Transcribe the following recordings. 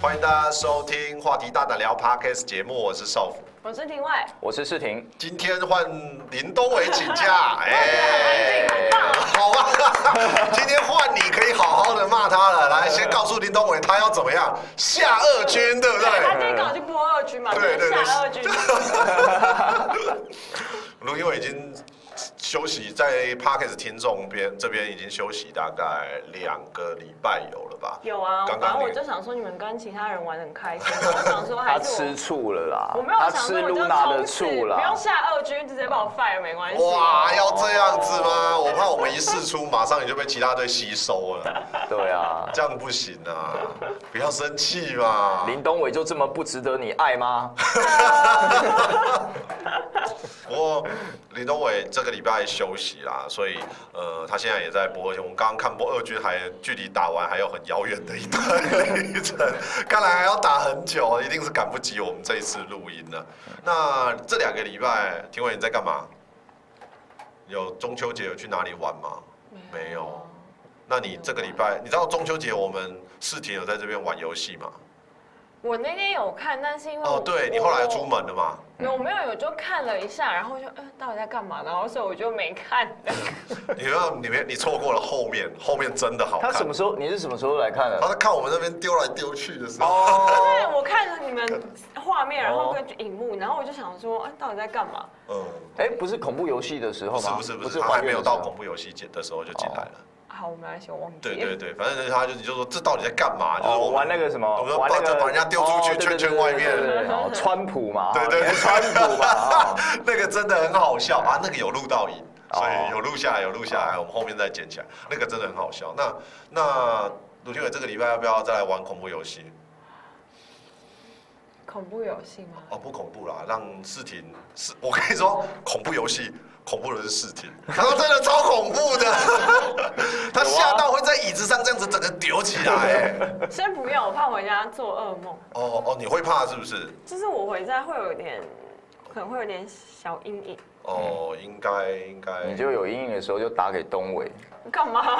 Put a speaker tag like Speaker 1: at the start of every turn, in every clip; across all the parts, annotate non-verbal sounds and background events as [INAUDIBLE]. Speaker 1: 欢迎大家收听《话题大胆聊》Podcast 节目，我是少辅。
Speaker 2: 我是廷外，
Speaker 3: 我是世廷，
Speaker 1: 今天换林东伟请 [LAUGHS] 假，哎、好啊！ [LAUGHS] 今天换你可以好好的骂他了。来，先告诉林东伟他要怎么样下二军，对不
Speaker 2: 他今
Speaker 1: 对？
Speaker 2: 天刚好去播二军嘛，
Speaker 1: 对对对
Speaker 2: 下二
Speaker 1: [LAUGHS]
Speaker 2: 军，
Speaker 1: 卢英伟已经休息在 Parkes 听众边这边已经休息大概两个礼拜有了吧？
Speaker 2: 有啊，
Speaker 1: 刚
Speaker 2: 反
Speaker 1: 刚
Speaker 2: 正我
Speaker 1: 那
Speaker 2: 就
Speaker 1: 个
Speaker 2: 想说你们跟其他人玩得很开
Speaker 1: [LAUGHS]
Speaker 2: 心，我想说
Speaker 3: 他
Speaker 2: 还是
Speaker 3: 吃
Speaker 2: 我，
Speaker 3: 醋了啦，
Speaker 2: 我没有
Speaker 3: 他
Speaker 2: 想
Speaker 3: 吃
Speaker 2: 说我就
Speaker 3: Luna 的
Speaker 2: 从此
Speaker 3: 醋
Speaker 2: 不
Speaker 3: 啦
Speaker 2: 用。下二军，直接把我 fire 没关系。
Speaker 1: 哇，要这样子吗？我怕我们一试出，马上你就被其他队吸收了，
Speaker 3: [LAUGHS] 对啊，
Speaker 1: 这样不行啊！不要生气嘛。
Speaker 3: 林东伟就这么不值得你爱吗？
Speaker 1: 不过林东伟这个礼拜休息啦，所以呃，他现在也在播。我们刚刚看播二军还距离打完还有很遥远的一段旅程， [LAUGHS] 看来还要打很久，一定是赶不及我们这一次录音了。那这两个礼拜，廷伟你在干嘛？有中秋节有去哪里玩吗？没有。那你这个礼拜，你知道中秋节我们世廷有在这边玩游戏吗？
Speaker 2: 我那天有看，但是因为
Speaker 1: 哦
Speaker 2: 我，
Speaker 1: 对你后来出，门了嘛？
Speaker 2: 我有没有有就看了一下，然后就嗯，到底在干嘛？然后所以我就没
Speaker 1: [LAUGHS]
Speaker 2: 看。
Speaker 1: 你要你别你错过了后面，后面真的好看。
Speaker 3: 他什么时候？你是什么时候来看
Speaker 1: 他
Speaker 3: 的？
Speaker 1: 在看我们那边丢来丢去的时候，
Speaker 3: 哦，
Speaker 2: 对，我看了你们画面，然
Speaker 1: 哦
Speaker 2: 后跟荧幕，然后我就想说，嗯，到底在干嘛？
Speaker 1: 嗯，
Speaker 3: 哎，不是恐怖游戏的时候
Speaker 1: 不是
Speaker 3: 吗？
Speaker 1: 不是不是，他
Speaker 3: 还
Speaker 1: 还没有到恐怖游戏节的时候就进来了。
Speaker 3: 哦
Speaker 2: 好，啊我没关系，我忘记。
Speaker 1: 对对对，反正就是他就你就说这到底在干嘛？就是
Speaker 3: 哦，
Speaker 1: 我
Speaker 3: 玩那个什么
Speaker 1: 我们，要
Speaker 3: 玩那
Speaker 1: 抱
Speaker 3: 个
Speaker 1: 着把人家丢出去
Speaker 3: 哦对对对
Speaker 1: 圈圈外面
Speaker 3: 对对对对哦川普嘛，
Speaker 1: 对对对
Speaker 3: 哦 [LAUGHS] 川普
Speaker 1: [LAUGHS]
Speaker 3: 嘛，哦
Speaker 1: 那个真的很好笑啊，那个有录到影，所以
Speaker 3: 哦
Speaker 1: 有录下来有录下来，我们后面再剪起来，那个真的很好笑。那那卢俊伟这个礼拜要不要再来玩恐怖游戏？
Speaker 2: 恐怖游戏吗？
Speaker 1: 哦，不恐怖啦，让世婷是，我跟你说，恐怖游戏恐怖的是世婷，然后真的超恐怖的， [LAUGHS] 他吓到会在椅子上这样子整个丢起来、哎
Speaker 2: 先不要，我怕回家做噩梦。
Speaker 1: 哦哦，你会怕是不是？
Speaker 2: 就是我回家会有点，可能会有点小阴影。
Speaker 1: 哦，应该应该。
Speaker 3: 你就有阴影的时候就打给东伟，
Speaker 2: 干 [LAUGHS] 嘛？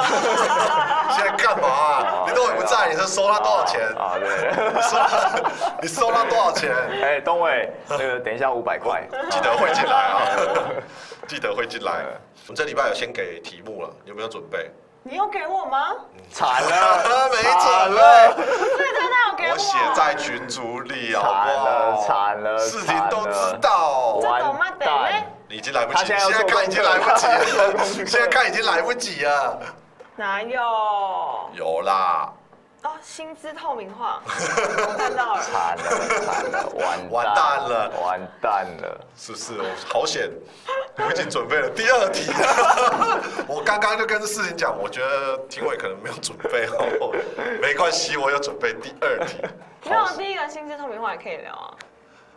Speaker 1: 现在干嘛、啊？你都伟不在，你是收他多少钱？
Speaker 3: 啊？对，
Speaker 1: 收他，你收他多少钱？
Speaker 3: 哎，东伟，那个等一下五
Speaker 1: [LAUGHS]
Speaker 3: 百块，
Speaker 1: 记得会进来啊，记得会进来。我们这礼拜有先给题目了，有没有准备？ [LAUGHS]
Speaker 2: 你有给我吗？
Speaker 3: 惨了，
Speaker 1: 没
Speaker 3: 惨
Speaker 1: 准
Speaker 3: 了。
Speaker 1: 备。
Speaker 2: 对，他有给我。
Speaker 1: 我写在群组里，好
Speaker 3: 惨
Speaker 1: 不
Speaker 3: 了
Speaker 1: 好？
Speaker 3: 惨了，
Speaker 1: 事情
Speaker 3: 惨
Speaker 1: 都
Speaker 3: 了
Speaker 1: 知道，
Speaker 2: 这懂吗？得嘞。
Speaker 1: 你已经来不及，
Speaker 3: 他
Speaker 1: 现
Speaker 3: 现在要
Speaker 1: 在
Speaker 3: 做
Speaker 1: 看已
Speaker 3: 功
Speaker 1: 经
Speaker 3: 课
Speaker 1: 来不及
Speaker 3: 他要做
Speaker 1: 了，
Speaker 3: 功课
Speaker 1: 现在看已经来不及了。
Speaker 2: 哪有？
Speaker 1: 有啦，
Speaker 2: 哦，薪资透
Speaker 1: [LAUGHS]
Speaker 2: 明化，我看到了。
Speaker 3: 惨了惨了，完
Speaker 1: 完蛋了
Speaker 3: 完蛋了，
Speaker 1: 是不是？我好险，我已经准备了第二题。
Speaker 3: [LAUGHS]
Speaker 1: 我刚刚就跟事情讲，我觉得评委可能没有准备
Speaker 3: [LAUGHS]
Speaker 1: 好，没关系，我有准备第二题。
Speaker 2: 没有，第一个薪资透明化也可以聊啊。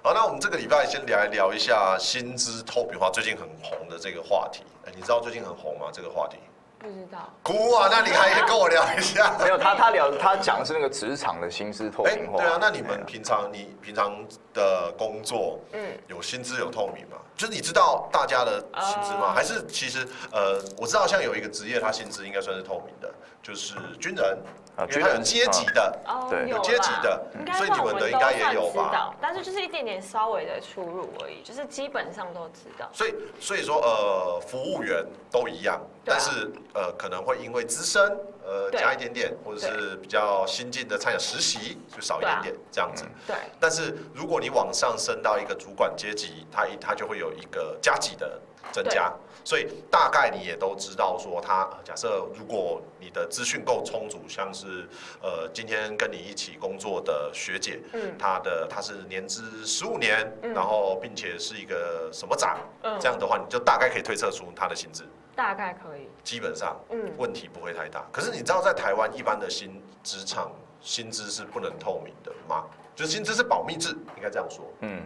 Speaker 1: 好，那我们这个礼拜先来聊一下薪资透明化最近很红的这个话题。哎你知道最近很红吗？这个话题？
Speaker 2: 不知道。
Speaker 1: 哭啊！那你还跟我聊一下？
Speaker 3: 没有他他聊他讲的是那个职场的薪资透
Speaker 1: 哎、
Speaker 3: 明化，
Speaker 1: 对啊，那你们平常你平常的工作，
Speaker 2: 嗯
Speaker 1: 有薪资有透明吗？就是你知道大家的薪资吗？
Speaker 2: 啊
Speaker 1: 还是其实呃，我知道像有一个职业，他薪资应该算是透明的，就是军人，
Speaker 3: 啊
Speaker 1: 因为
Speaker 3: 军
Speaker 1: 他
Speaker 3: 人啊
Speaker 1: 有阶级的。
Speaker 2: 哦，
Speaker 3: 对
Speaker 2: 有啦
Speaker 1: 阶级的
Speaker 2: 应该
Speaker 1: 所以
Speaker 2: 算
Speaker 1: 你
Speaker 2: 我
Speaker 1: 们的
Speaker 2: 们
Speaker 1: 应
Speaker 2: 都
Speaker 1: 该
Speaker 2: 算
Speaker 1: 也有
Speaker 2: 知
Speaker 1: 吧
Speaker 2: 道，但是就是一点点稍微的出入而已，就是基本上都知道。
Speaker 1: 所以，所以说，呃，服务员都一样，
Speaker 2: 对啊
Speaker 1: 但是，呃，可能会因为资深，呃，
Speaker 2: 对
Speaker 1: 加一点点，或者是比较新进的参加实习，就少一点点、这样子。
Speaker 2: 对，啊
Speaker 1: 但是如果你往上升到一个主管阶级，它一它就会有一个加级的增加，所以大概你也都知道说它，呃假设如果你的资讯够充足，像是呃今天跟你一起工作的学姐，
Speaker 2: 嗯
Speaker 1: 她的她是年资十五年，
Speaker 2: 嗯
Speaker 1: 然后并且是一个什么长，
Speaker 2: 嗯
Speaker 1: 这样的话你就大概可以推测出她的薪资，
Speaker 2: 大概可以。
Speaker 1: 基本上
Speaker 2: 嗯，
Speaker 1: 问题不会太大。可是你知道，在台湾一般的薪职场薪资是不能透明的吗？就是薪资是保密制，应该这样说。
Speaker 3: 嗯，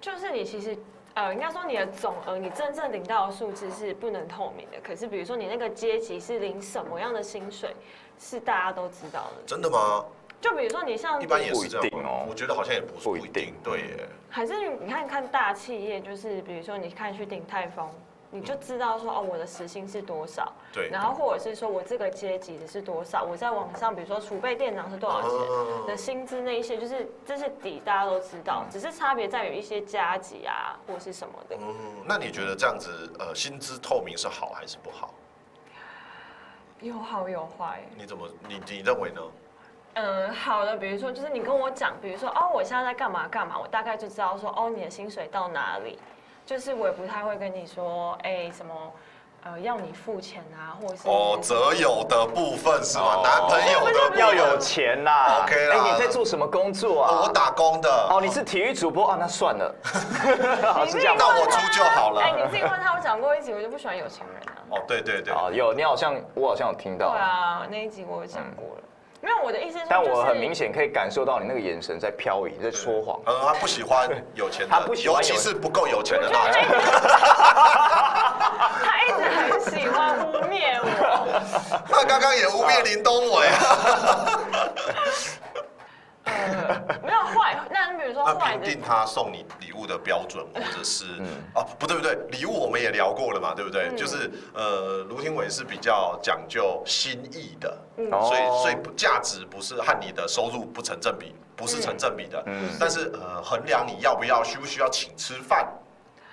Speaker 2: 就是你其实呃，应该说你的总额，你真正领到的数字是不能透明的。可是比如说你那个阶级是领什么样的薪水，是大家都知道的。
Speaker 1: 真的吗？
Speaker 2: 就比如说你像
Speaker 1: 一般也是这
Speaker 3: 不一
Speaker 1: 样
Speaker 3: 定
Speaker 1: 吗
Speaker 3: 哦
Speaker 1: 我觉得好像也不是
Speaker 3: 不
Speaker 1: 不
Speaker 3: 一
Speaker 1: 一
Speaker 3: 定
Speaker 1: 定，对耶。
Speaker 2: 还是你看看大企业，就是比如说你看去鼎泰丰，你就知道说哦，我的时薪是多少，
Speaker 1: 对
Speaker 2: 然后或者是说我这个阶级的是多少，我在网上比如说储备店长是多少钱
Speaker 1: 嗯
Speaker 2: 的薪资那一些，就是这些底大家都知道，只是差别在于一些加级啊或是什么的。
Speaker 1: 嗯，那你觉得这样子，呃，薪资透明是好还是不好？
Speaker 2: 有好有坏。
Speaker 1: 你怎么，你你认为呢？
Speaker 2: 嗯，好的，比如说就是你跟我讲，比如说哦，我现在在干嘛干嘛，我大概就知道说哦，你的薪水到哪里。就是我也不太会跟你说，哎、什么，呃，要你付钱啊，或者是
Speaker 1: 哦，择友的部分是吗？
Speaker 3: 哦
Speaker 1: 男朋友的部分
Speaker 3: 要有钱啦。
Speaker 1: OK 啦
Speaker 3: 哎，你在做什么工
Speaker 1: 哦
Speaker 3: 作啊？
Speaker 1: 我打工的。
Speaker 3: 哦，你是体育主播啊？那
Speaker 2: [LAUGHS]
Speaker 3: 算了，好
Speaker 2: 你自
Speaker 3: 是这
Speaker 2: 己
Speaker 3: 样
Speaker 2: 问
Speaker 3: 吗
Speaker 1: 那？我
Speaker 2: 他
Speaker 1: 出就好了
Speaker 2: 哎、你自己问他，我讲过一集，我就不喜欢有钱人啊。
Speaker 1: 哦，对对对，
Speaker 3: 啊，有你好像我好像有听
Speaker 2: 对
Speaker 3: 到，
Speaker 2: 啊，那一集我有讲过了。没有，我的意思是说、
Speaker 3: 但
Speaker 2: 就是，
Speaker 3: 我很明显可以感受到你那个眼神在漂移，在说谎。
Speaker 1: 嗯，他不喜欢有钱的，
Speaker 3: [LAUGHS] 他不喜欢有
Speaker 1: 尤其是不够有钱的
Speaker 2: 我觉
Speaker 1: 那
Speaker 2: 得
Speaker 1: 种。
Speaker 2: [LAUGHS] 他一直很喜欢污蔑我。 [LAUGHS]
Speaker 1: 那刚刚也污蔑林东伟 [LAUGHS] 啊，
Speaker 2: 呃，没有坏，那比如说
Speaker 1: 那
Speaker 2: 坏
Speaker 1: 评
Speaker 2: 的
Speaker 1: 定他送你礼物的标准，或者是哦，不对不对，礼物我们也聊过了嘛，对不
Speaker 2: 嗯
Speaker 1: 对？就是呃，卢廷伟是比较讲究心意的，
Speaker 2: 嗯
Speaker 1: 所以所以不价值不是和你的收入不成正比，不是成正比的。
Speaker 2: 嗯
Speaker 1: 但是呃，衡量你要不要需不需要请吃饭，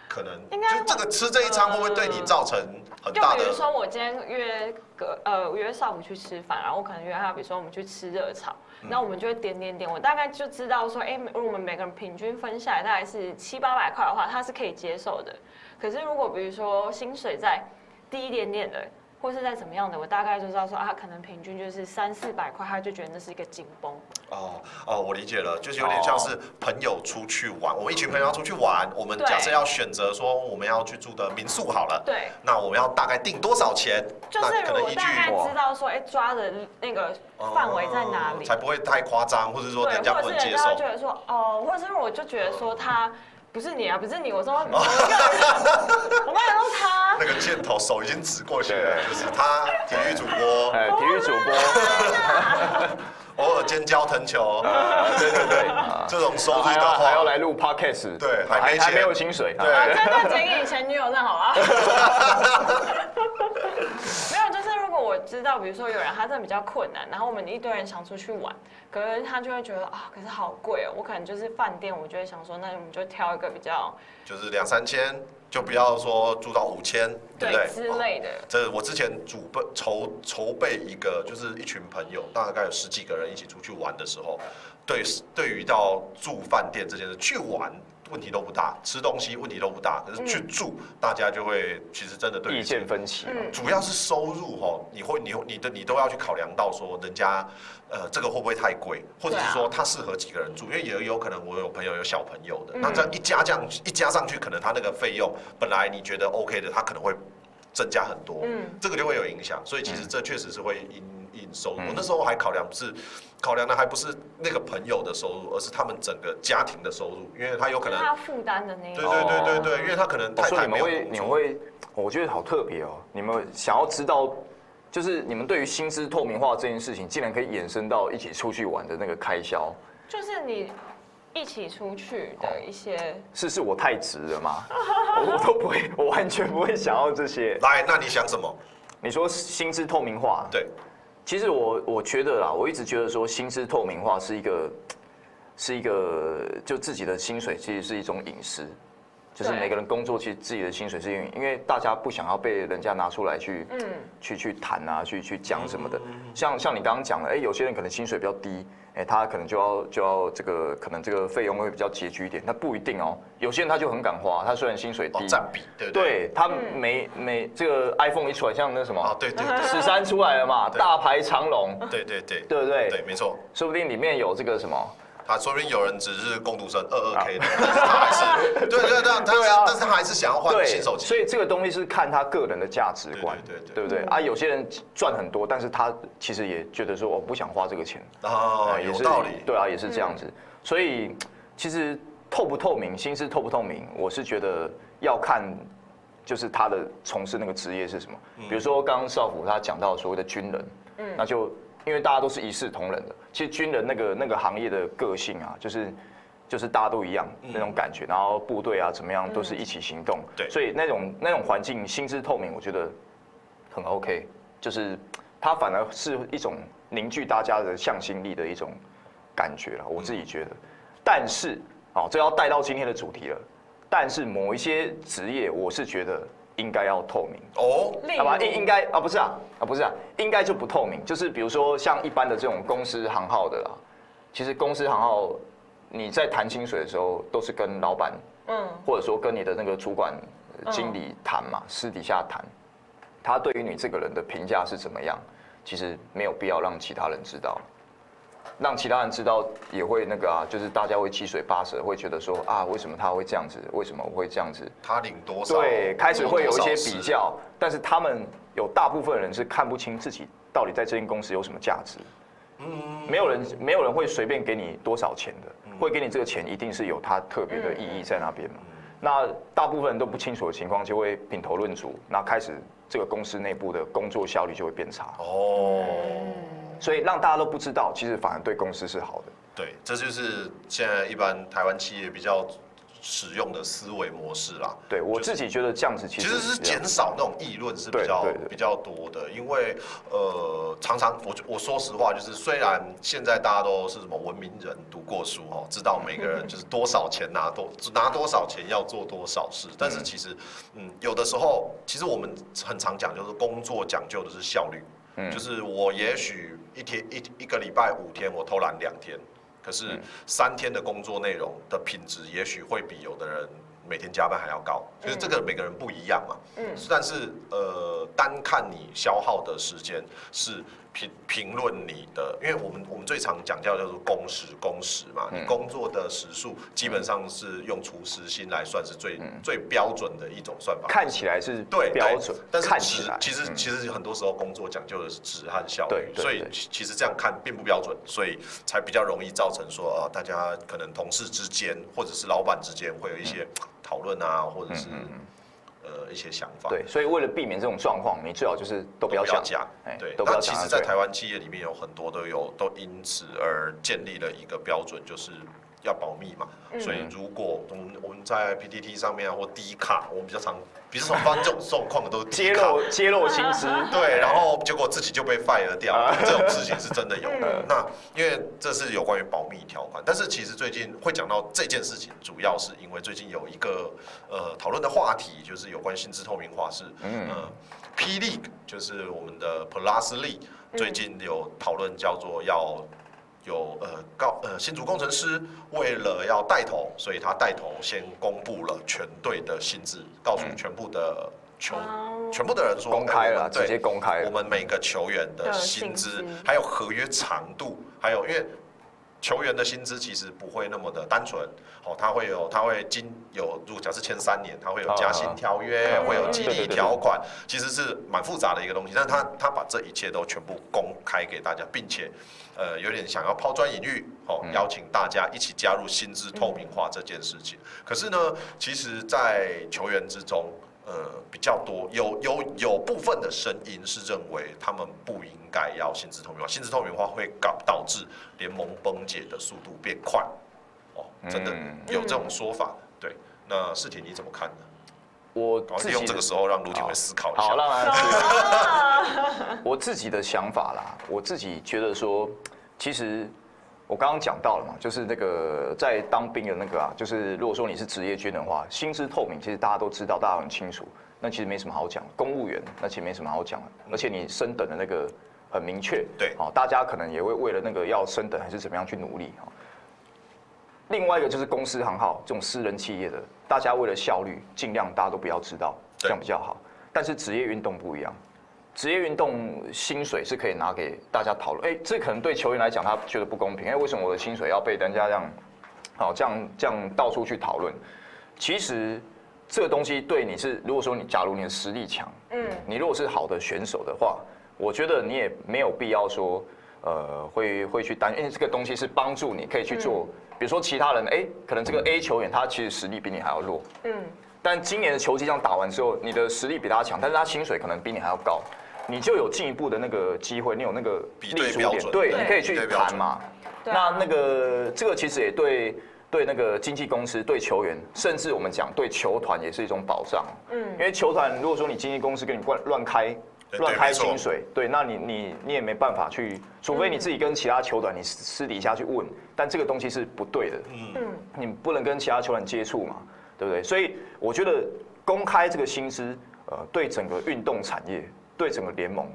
Speaker 1: 可能
Speaker 2: 应该呃
Speaker 1: 就这个吃这一餐会不会对你造成很
Speaker 2: 就
Speaker 1: 大
Speaker 2: 比
Speaker 1: 的
Speaker 2: 如说，我今天约个呃约少辅去吃饭，然后我可能约他，比如说我们去吃热炒，
Speaker 1: 嗯
Speaker 2: 那我们就会点点点，我大概就知道说，哎、如果我们每个人平均分下来大概是七八百块的话，他是可以接受的。可是如果比如说薪水再低一点点的，或是再怎么样的，我大概就知道说啊，可能平均就是三四百块，他就觉得那是一个紧绷。
Speaker 1: 哦哦，我理解了，就是有点像是朋友出去玩，我们一群朋友要出去玩，我们
Speaker 2: 嗯对
Speaker 1: 假设要选择说我们要去住的民宿好了，
Speaker 2: 对，
Speaker 1: 那我们要大概定多少钱？
Speaker 2: 就
Speaker 1: 那
Speaker 2: 是
Speaker 1: 可
Speaker 2: 如
Speaker 1: 能
Speaker 2: 果
Speaker 1: 依
Speaker 2: 大概
Speaker 1: 据
Speaker 2: 知道说，哎、抓的那个范围在哪
Speaker 1: 哦
Speaker 2: 里，
Speaker 1: 才不会太夸张，或者说
Speaker 2: 对，
Speaker 1: 人家
Speaker 2: 或
Speaker 1: 不
Speaker 2: 者
Speaker 1: 能
Speaker 2: 是
Speaker 1: 接
Speaker 2: 人家会
Speaker 1: 受
Speaker 2: 觉。得说，哦，或者是我就觉得说他不是你啊，不是你，
Speaker 1: [LAUGHS]
Speaker 2: 我说我没有，我没有用他，
Speaker 1: 那个箭头手已经指过去了，
Speaker 3: 对
Speaker 1: 就是他体育主
Speaker 2: [LAUGHS]
Speaker 1: 播
Speaker 3: 哎，体育主
Speaker 1: [LAUGHS]
Speaker 3: 播，
Speaker 1: 偶尔尖椒藤
Speaker 2: [LAUGHS]
Speaker 1: 球
Speaker 3: 啊对对对，啊
Speaker 1: 这种收入
Speaker 3: 还
Speaker 1: 的
Speaker 3: 要还要
Speaker 1: 话，
Speaker 3: 来录 podcast，
Speaker 1: 哦对还
Speaker 3: 还
Speaker 1: 没钱
Speaker 3: 还没有薪水，
Speaker 1: 对
Speaker 3: 啊
Speaker 2: 啊，真的剪给以前女友那好啊。 [LAUGHS] 没有，就是如果我知道，比如说有人他真的比较困难，然后我们一堆人想出去玩，可是他就会觉得啊，可是好贵哦。我可能就是饭店，我就会想说，那我们就挑一个比较
Speaker 1: 就是两三千，就不要说住到五千，对不对？
Speaker 2: 之
Speaker 1: 哦
Speaker 2: 类的。
Speaker 1: 这我之前准备筹筹备一个，就是一群朋友，大概有十几个人一起出去玩的时候，对对于到住饭店这件事，去玩问题都不大，吃东西问题都不大，可是去住，大家就会其实真的对于
Speaker 3: 嗯意见分歧，
Speaker 2: 嗯
Speaker 1: 主要是收入哦，你会你你的你都要去考量到说人家呃这个会不会太贵，或者是
Speaker 2: 啊
Speaker 1: 说它适合几个人住，因为也有可能我有朋友有小朋友的，
Speaker 2: 嗯
Speaker 1: 那这样一加这样一加上去，可能他那个费用本来你觉得 OK 的，他可能会增加很多，
Speaker 2: 嗯
Speaker 1: 这个就会有影响，所以其
Speaker 3: 嗯
Speaker 1: 实这确实是会因因收入。我那时候还考量不是考量的还不是那个朋友的收入，而是他们整个家庭的收入，因为他有可
Speaker 2: 就是
Speaker 1: 能
Speaker 2: 他负担的那一
Speaker 1: 对
Speaker 2: 种
Speaker 1: 对对对对，因为他可能
Speaker 3: 我
Speaker 1: 太
Speaker 3: 说
Speaker 1: 太
Speaker 3: 哦你
Speaker 1: 没
Speaker 3: 们
Speaker 1: 有
Speaker 3: 会，
Speaker 1: 工
Speaker 3: 你
Speaker 1: 作
Speaker 3: 们会，我觉得好特别哦。你们想要知道，就是你们对于薪资透明化这件事情，竟然可以衍生到一起出去玩的那个开销，
Speaker 2: 就是你一起出去的一些，
Speaker 3: 是是我太直了吗？ [LAUGHS] 我都不会，我完全不会想要这些。
Speaker 1: 来，那你想什么？
Speaker 3: 你说薪资透明化，
Speaker 1: 对。
Speaker 3: 其实我我觉得啦，我一直觉得说薪资透明化是一个，是一个就自己的薪水其实是一种隐私，就是
Speaker 2: 对
Speaker 3: 每个人工作其实自己的薪水是因为因为大家不想要被人家拿出来去
Speaker 2: 嗯，
Speaker 3: 去去谈啊，去去讲什么的。像像你刚刚讲的，哎、有些人可能薪水比较低，哎、他可能就要就要这个可能这个费用会比较拮据一点，那不一定哦。有些人他就很敢花，他虽然薪水低
Speaker 1: 哦，，占比，对不对？
Speaker 3: 嗯对他
Speaker 2: 嗯
Speaker 3: 每每这个 iPhone 一出来，像那什
Speaker 1: 哦
Speaker 3: 么，
Speaker 1: 对对
Speaker 3: [LAUGHS]
Speaker 1: 对
Speaker 3: 十三出来了嘛，
Speaker 1: 对
Speaker 3: 大排长龙，
Speaker 1: 对对对
Speaker 3: 对不对？
Speaker 1: 对，没错。
Speaker 3: 说不定里面有这个什么，
Speaker 1: 他说不定有人只是工读生二二 K 的，但是他还是
Speaker 3: [LAUGHS]
Speaker 1: 对对对，他
Speaker 3: 啊对啊
Speaker 1: 但是他还是想要换新手机。
Speaker 3: 所以这个东西是看他个人的价值观，
Speaker 1: 对对对对
Speaker 3: 不对？啊，有些人赚很多，但是他其实也觉得说我不想花这个钱，
Speaker 1: 哦，
Speaker 3: 啊也
Speaker 1: 有
Speaker 3: 是
Speaker 1: 道理。嗯
Speaker 3: 对啊，也是这样子。所以其实透不透明，心思透不透明，我是觉得要看就是他的从事那个职业是什么。
Speaker 1: 嗯
Speaker 3: 比如说刚刚少辅他讲到所谓的军人，那就因为大家都是一视同仁的，其实军人那个那个行业的个性啊，就是。就是大家都一样那种感觉，然后部队啊怎么样都是一起行动，
Speaker 1: 嗯对
Speaker 3: 所以那种那种环境心知透明，我觉得很 OK，就是它反而是一种凝聚大家的向心力的一种感觉了，我自己觉得。但是，哦，这要带到今天的主题了。但是某一些职业，我是觉得应该要透明。
Speaker 1: 哦，
Speaker 2: 例
Speaker 3: 好吧，
Speaker 2: 如
Speaker 3: 应应该啊，不是啊，啊不是啊，应该就不透明。就是比如说像一般的这种公司行号的啦，其实公司行号你在谈薪水的时候，都是跟老板
Speaker 2: 嗯
Speaker 3: 或者说跟你的那个主管、
Speaker 2: 嗯
Speaker 3: 呃经理谈嘛，私底下谈，他对于你这个人的评价是怎么样，其实没有必要让其他人知道，让其他人知道也会那个啊，就是大家会七嘴八舌，会觉得说啊，为什么他会这样子，为什么我会这样子，
Speaker 1: 他领多少？
Speaker 3: 对，开始会有一些
Speaker 1: 多少
Speaker 3: 比较，但是他们有大部分人是看不清自己到底在这间公司有什么价值。
Speaker 1: 嗯
Speaker 3: 没有人没有人会随便给你多少钱的，会给你这个钱一定是有它特别的意
Speaker 1: 嗯
Speaker 3: 义在那边嘛。那大部分人都不清楚的情况，就会品头论足，那开始这个公司内部的工作效率就会变差。
Speaker 1: 是。哦，
Speaker 3: 所以让大家都不知道，其实反而对公司是好的。
Speaker 1: 对，这就是现在一般台湾企业比较使用的思维模式啦。
Speaker 3: 对我自己觉得这样子其
Speaker 1: 其
Speaker 3: 实
Speaker 1: 实是
Speaker 3: 比较
Speaker 1: 减少那种议论是比较
Speaker 3: 对对对
Speaker 1: 比较多的，因为呃，常常我我说实话，就是虽然现在大家都是什么文明人，读过书哦，知道每个人就是多少钱拿多拿多少钱要做多少事，但是其实嗯，有的时候其实我们很常讲，就是工作讲究的是效率，就是我也许一天一一个礼拜五天我偷懒两天，可是三天的工作内容的品质也许会比有的人每天加班还要高，就是这个每个人不一样嘛。
Speaker 2: 嗯
Speaker 1: 但是呃，单看你消耗的时间是评评论你的，因为我们我们最常讲叫叫做工时工时嘛，你工作的时数基本上是用厨师薪来算是最、最标准的一种算法。
Speaker 3: 看起来是
Speaker 1: 对
Speaker 3: 标
Speaker 1: 对
Speaker 3: 准，
Speaker 1: 但是
Speaker 3: 看
Speaker 1: 其
Speaker 3: 起
Speaker 1: 实
Speaker 3: 来
Speaker 1: 其实
Speaker 3: 嗯
Speaker 1: 其实很多时候工作讲究的是质和效
Speaker 3: 对
Speaker 1: 率，
Speaker 3: 对
Speaker 1: 所以
Speaker 3: 对
Speaker 1: 其其实这样看并不标准，所以才比较容易造成说啊，大家可能同事之间或者是老板之间会有一些
Speaker 3: 嗯
Speaker 1: 讨论啊，或者是呃一些想法。
Speaker 3: 对，所以为了避免这种状况，你最好就是都
Speaker 1: 都
Speaker 3: 不要讲，
Speaker 1: 讲
Speaker 3: 哎，
Speaker 1: 对。
Speaker 3: 都不
Speaker 1: 那
Speaker 3: 要
Speaker 1: 其
Speaker 3: 讲
Speaker 1: 实，
Speaker 3: 啊
Speaker 1: 在
Speaker 3: 对
Speaker 1: 台湾企业里面有很多都有都因此而建立了一个标准，就是要保密嘛。所以如果我们我们在 PTT 上面啊，或 D 卡，我们比较常，比较常发生这种状况的都是 D
Speaker 3: 揭
Speaker 1: 卡。
Speaker 3: 露揭露薪资，
Speaker 1: 对，然后结果自己就被 fire 掉了，
Speaker 3: 啊
Speaker 1: 这种事情是真的有
Speaker 3: 嗯
Speaker 1: 的。那因为这是有关于保密条款，但是其实最近会讲到这件事情，主要是因为最近有一个呃讨论的话题，就是有关薪资透明化是，
Speaker 3: 嗯
Speaker 1: 呃霹雳就是我们的 Plus Lee
Speaker 3: 嗯
Speaker 1: 最近有讨论叫做要。有呃高呃新竹工程师为了要带头，所以他带头先公布了全队的薪资，告诉全部的球、
Speaker 2: 哦
Speaker 1: 全部的人说
Speaker 3: 嗯公开了
Speaker 1: [LAUGHS] 哎我
Speaker 3: 啊，
Speaker 1: 们
Speaker 3: 直
Speaker 1: 对
Speaker 3: 接公开
Speaker 1: 我
Speaker 3: 了。
Speaker 1: 们每个球员的
Speaker 2: 的
Speaker 1: 薪
Speaker 2: 薪
Speaker 1: 资
Speaker 2: 资，
Speaker 1: 还有合约长度，还有因为球员的薪资其实不会那么的单纯，哦，他会有他会经有，如果假设签三年，他会有加薪条约，
Speaker 3: 啊
Speaker 1: 会有激
Speaker 3: 对对
Speaker 1: 励
Speaker 3: 对对
Speaker 1: 条款，其实是蛮复杂的一个东西，但是他他把这一切都全部公开给大家，并且呃有点想要抛砖引玉，哦，
Speaker 3: 嗯
Speaker 1: 邀请大家一起加入薪资透明化这件事情。可是呢，其实，在球员之中，呃，比较多有有有部分的声音是认为他们不应该要薪资透明化，薪资透明化会搞导致联盟崩解的速度变快。哦，真的
Speaker 3: 嗯
Speaker 1: 有这种说法。对，那世婷你怎么看呢？
Speaker 3: 我
Speaker 1: 然后
Speaker 3: 自
Speaker 1: 利用
Speaker 3: 己
Speaker 1: 这个
Speaker 3: 的
Speaker 1: 时候让卢廷伟思考一
Speaker 3: 好，
Speaker 1: 下。
Speaker 3: 让他
Speaker 2: 啊
Speaker 3: [LAUGHS] 我自己的想法啦，我自己觉得说，其实我刚刚讲到了嘛，就是那个在当兵的那个啊，就是如果说你是职业军人的话，薪资透明，其实大家都知道，大家很清楚，那其实没什么好讲。公务员那其实没什么好讲的，而且你升等的那个很明确，
Speaker 1: 对
Speaker 3: 哦，大家可能也会为了那个要升等还是怎么样去努力哦。另外一个就是公司行号这种私人企业的，大家为了效率，尽量大家都不要知道，这样比较好。但是职业运动不一样，职业运动薪水是可以拿给大家讨论。哎、这可能对球员来讲他觉得不公平，哎、为什么我的薪水要被人家这样，好这样这样到处去讨论？其实这个东西对你是，如果说你假如你的实力强，
Speaker 2: 嗯
Speaker 3: 你如果是好的选手的话，我觉得你也没有必要说，呃，会会去担，因为这个东西是帮助你可以去做，比如说其他人，哎、可能这个 A 球员他其实实力比你还要弱，
Speaker 2: 嗯
Speaker 3: 但今年的球季这样打完之后，你的实力比他强，但是他薪水可能比你还要高，你就有进一步的那个机会，你有那个
Speaker 1: 比对
Speaker 3: 立足
Speaker 1: 标
Speaker 3: 点
Speaker 1: 准
Speaker 3: 对，
Speaker 1: 对
Speaker 3: 你可以
Speaker 1: 比
Speaker 3: 去
Speaker 1: 对标
Speaker 3: 谈
Speaker 1: 准
Speaker 3: 嘛。
Speaker 2: 对
Speaker 3: 那
Speaker 2: 啊
Speaker 3: 那个这个其实也对对那个经纪公司、对球员，甚至我们讲对球团也是一种保障。嗯，因为球团如果说你经纪公司跟你乱乱开
Speaker 1: 对
Speaker 3: 乱
Speaker 1: 对
Speaker 3: 开
Speaker 1: 没错
Speaker 3: 薪水，对，那你你你也没办法去，除非你自己跟其他球团你私私底下去问，但这个东西是不对的。嗯，你不能跟其他球团接触嘛，对不对？所以我觉得公开这个薪资，呃，对整个运动产业、对整个联盟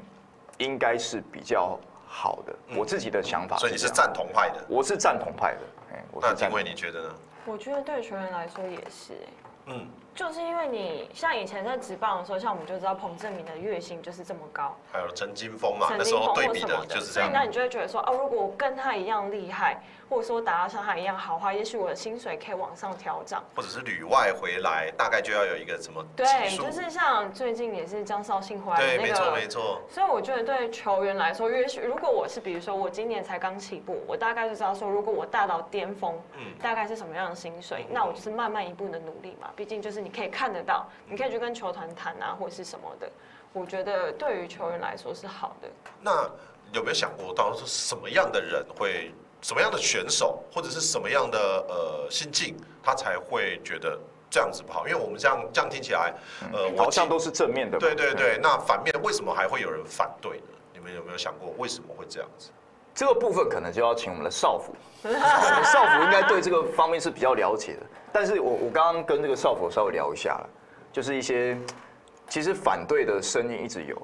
Speaker 3: 应该是比较好的。我自己的想法，
Speaker 1: 嗯所以你是，赞同派的，
Speaker 3: 我是赞同派的。哎，我
Speaker 1: 那
Speaker 3: 是赞
Speaker 1: 因
Speaker 3: 同
Speaker 1: 为。你觉得呢？
Speaker 2: 我觉得对球员来说也是、欸，
Speaker 1: 嗯，
Speaker 2: 就是因为你像以前在职棒的时候，像我们就知道彭正明的月薪就是这么高，
Speaker 1: 还有陈金峰嘛，
Speaker 2: 陈
Speaker 1: 那时
Speaker 2: 金
Speaker 1: 候
Speaker 2: 峰
Speaker 1: 对
Speaker 2: 或
Speaker 1: 比
Speaker 2: 什么
Speaker 1: 的就是这
Speaker 2: 所以
Speaker 1: 样。
Speaker 2: 那你就会觉得说，哦，如果我跟他一样厉害，或者说打到像他一样好的话，也许我的薪水可以往上调整。
Speaker 1: 或者是旅外回来，大概就要有一个什么
Speaker 2: 对，
Speaker 1: 指数
Speaker 2: 就是像最近也是江绍信回来
Speaker 1: 对，
Speaker 2: 的
Speaker 1: 没
Speaker 2: 那
Speaker 1: 错没
Speaker 2: 个。
Speaker 1: 错，
Speaker 2: 所以我觉得对球员来说，也许如果我是比如说我今年才刚起步，我大概就知道说，如果我大到巅峰，
Speaker 1: 嗯
Speaker 2: 大概是什么样的薪水，那我就是慢慢一步的努力嘛。毕竟就是你可以看得到，你可以去跟球团谈啊，或是什么的。我觉得对于球员来说是好的。
Speaker 1: 那有没有想过，到时候什么样的人会，什么样的选手，或者是什么样的呃心境，他才会觉得这样子不好？因为我们这样这样听起来，呃，我
Speaker 3: 嗯好像
Speaker 1: 记
Speaker 3: 都是正面的嘛。
Speaker 1: 对对对，那反面为什么还会有人反对呢？你们有没有想过为什么会这样子？
Speaker 3: 这个部分可能就要请我们的少辅，我们少辅应该对这个方面是比较了解的。但是我我刚刚跟这个少辅稍微聊一下了，就是一些其实反对的声音一直有，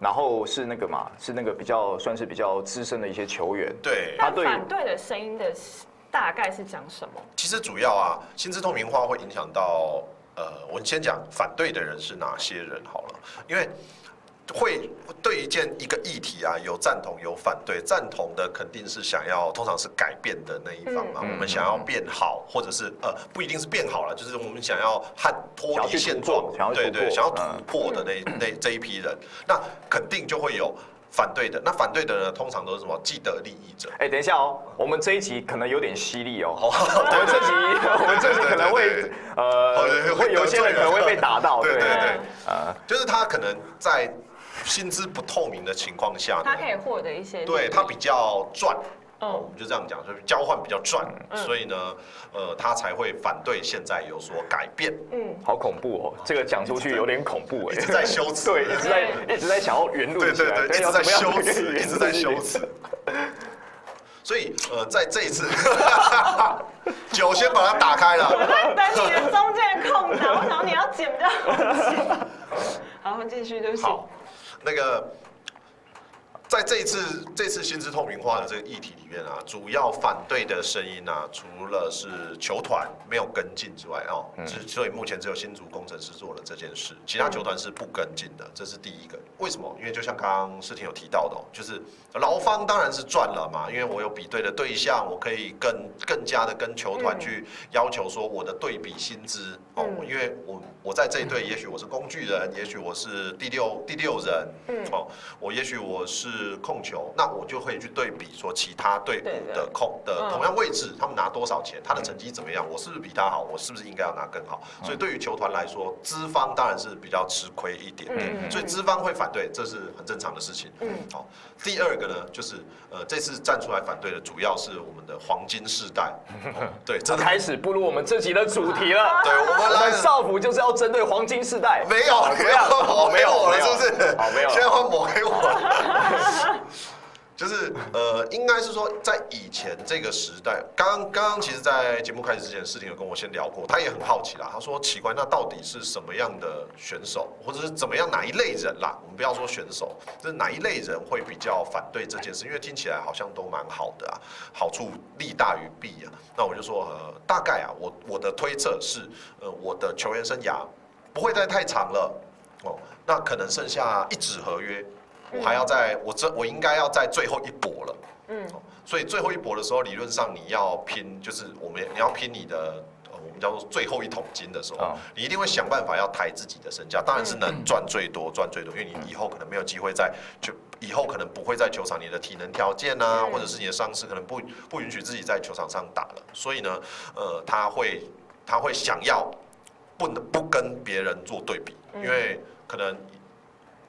Speaker 3: 然后是那个嘛，是那个比较算是比较资深的一些球员，
Speaker 1: 对，
Speaker 3: 他
Speaker 2: 那
Speaker 3: 对
Speaker 2: 反对的声音的是大概是讲什么？
Speaker 1: 其实主要啊，薪资透明化会影响到呃，我先讲反对的人是哪些人好了，因为会对一件一个议题啊，有赞同有反对，赞同的肯定是想要通常是改变的那一方嘛，
Speaker 3: 嗯
Speaker 1: 我们想要变好，或者是呃不一定是变好了，就是我们想要和脱
Speaker 3: 想要
Speaker 1: 离
Speaker 3: 去
Speaker 1: 现
Speaker 3: 突破
Speaker 1: 状，
Speaker 3: 想要
Speaker 1: 对
Speaker 3: 去突
Speaker 1: 对，
Speaker 3: 破
Speaker 1: 想要
Speaker 3: 嗯
Speaker 1: 突破的那一那这一批人，那肯定就会有反对的，那反对的呢，通常都是什么既得利益者。
Speaker 3: 哎、等一下哦，我们这一集可能有点犀利哦。我们这集，我们这集可能
Speaker 1: 对对哦
Speaker 3: 会
Speaker 1: 对，
Speaker 3: 呃，
Speaker 1: 会
Speaker 3: 会有些人可能会被打到，
Speaker 1: 对对对
Speaker 2: 对，
Speaker 3: 呃，
Speaker 1: 就是他可能在薪资不透明的情况下
Speaker 2: 他可
Speaker 1: 呢，
Speaker 2: 以获得一些利益，
Speaker 1: 对他比较赚，哦，我
Speaker 2: 嗯
Speaker 1: 们就这样讲，就是交换比较赚，
Speaker 2: 嗯
Speaker 1: 所以呢，呃，他才会反对现在有所改变。
Speaker 2: 嗯，
Speaker 3: 好恐怖哦，这个讲出去有点恐怖哎，
Speaker 1: 一直在羞耻
Speaker 3: 对，一直在一直在想要圆
Speaker 1: 对
Speaker 3: 润起
Speaker 1: 对
Speaker 3: 来，
Speaker 1: 对，一
Speaker 3: 要
Speaker 1: 直在
Speaker 3: 怎么
Speaker 1: 羞
Speaker 3: 样才可以
Speaker 1: 耻，一直在羞
Speaker 3: 圆润起来。
Speaker 1: 耻。所以呃，在这一次， [LAUGHS] 酒先把它打开
Speaker 2: 我
Speaker 1: 了。
Speaker 2: 在等你的中间的空档，我想你要剪掉。
Speaker 1: [LAUGHS]
Speaker 2: 好，继续，对不起。
Speaker 1: 好，那个在这一次这次薪资透明化的这个议题里面啊，主要反对的声音啊，除了是球团没有跟进之外，哦，之、所以目前只有新竹工程师做了这件事，其他球团是不跟进的，这是第一个。为什么？因为就像刚刚世婷有提到的、哦，就是劳方当然是赚了嘛，因为我有比对的对象，我可以更更加的跟球团
Speaker 2: 嗯
Speaker 1: 去要求说我的对比薪资哦，
Speaker 2: 嗯
Speaker 1: 我因为我我在这一队，也许我是工具人，也许我是第六第六人，
Speaker 2: 嗯
Speaker 1: 哦，我也许我是控球，那我就可以去对比说其他队伍
Speaker 2: 对对
Speaker 1: 的控的
Speaker 2: 嗯
Speaker 1: 同样位置，他们拿多少钱，他的成绩怎么样，我是不是比他好，我是不是应该要拿更好？
Speaker 2: 嗯
Speaker 1: 所以对于球团来说，资方当然是比较吃亏一点
Speaker 2: 嗯
Speaker 1: 点，
Speaker 2: 嗯
Speaker 1: 所以资方会反对，这是很正常的事情。
Speaker 2: 嗯
Speaker 1: 好，第二个呢，就是呃，这次站出来反对的主要是我们的黄金世代，哦对，真
Speaker 2: [LAUGHS]
Speaker 1: 的
Speaker 3: [LAUGHS] 开始步入我们这集的主题了。
Speaker 1: 对我们
Speaker 3: 我
Speaker 1: 来
Speaker 3: 们少辅就是要针对黄金世代，
Speaker 1: 没有，
Speaker 3: 怎么样
Speaker 1: 我
Speaker 3: 哦没
Speaker 1: 没
Speaker 3: 有
Speaker 1: 有了，
Speaker 3: 没有
Speaker 1: 是不是？
Speaker 3: 好没有了
Speaker 1: 现在换抹黑我了。
Speaker 3: [LAUGHS]
Speaker 1: 就是呃，应该是说，在以前这个时代，刚刚刚其实，在节目开始之前，事情有跟我先聊过，他也很好奇啦。他说奇怪，那到底是什么样的选手，或者是怎么样哪一类人啦？我们不要说选手，就是哪一类人会比较反对这件事？因为听起来好像都蛮好的啊，好处利大于弊啊。那我就说，呃，大概啊，我我的推测是，呃，我的球员生涯不会再太长了哦，那可能剩下一纸合约，我还要在我这我应该要在最后一搏了，
Speaker 2: 嗯
Speaker 1: 哦，所以最后一搏的时候，理论上你要拼，就是我们你要拼你的。呃我们叫做最后一桶金的时候
Speaker 3: 嗯，
Speaker 1: 你一定会想办法要抬自己的身价，当然是能赚最多赚最多，因为你以后可能没有机会在就以后可能不会在球场，你的体能条件啊，
Speaker 2: 嗯
Speaker 1: 或者是你的伤势可能不不允许自己在球场上打了，所以呢，呃，他会他会想要不能不跟别人做对比，因为可能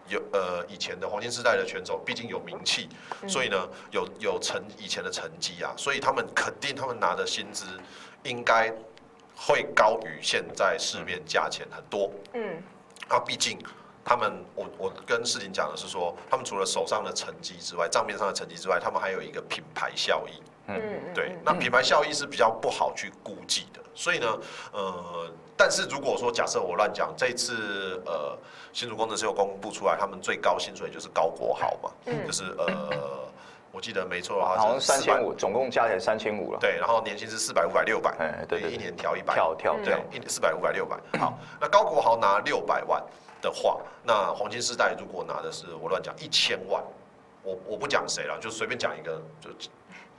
Speaker 1: 有呃以前的黄金时代的选手，毕竟有名气，所以呢有有成以前的成绩啊，所以他们肯定他们拿的薪资应该会高于现在市面价钱很多。
Speaker 2: 嗯，
Speaker 1: 啊，毕竟他们，我我跟世林讲的是说，他们除了手上的成绩之外，账面上的成绩之外，他们还有一个品牌效益。
Speaker 2: 嗯嗯，
Speaker 1: 对
Speaker 2: 嗯，
Speaker 1: 那品牌效益是比较不好去估计的。所以呢，呃，但是如果说假设我乱讲，这一次呃，新竹工程师有公布出来，他们最高薪水就是高国豪嘛，
Speaker 2: 嗯
Speaker 1: 就是呃，我记得没错的话，
Speaker 3: 好像三千
Speaker 1: 五，
Speaker 3: 五，总共加起来三千五了。
Speaker 1: 对，然后年薪是四百、五百、六百
Speaker 3: 哎，对对对
Speaker 1: 一年调一百，
Speaker 3: 跳跳
Speaker 2: 嗯
Speaker 1: 对啊
Speaker 3: 跳，，
Speaker 1: 一四百、五百、六百。好，那高国豪拿六百万的话，那黄金世代如果拿的是我乱讲一千万，我我不讲谁了，就随便讲一个，就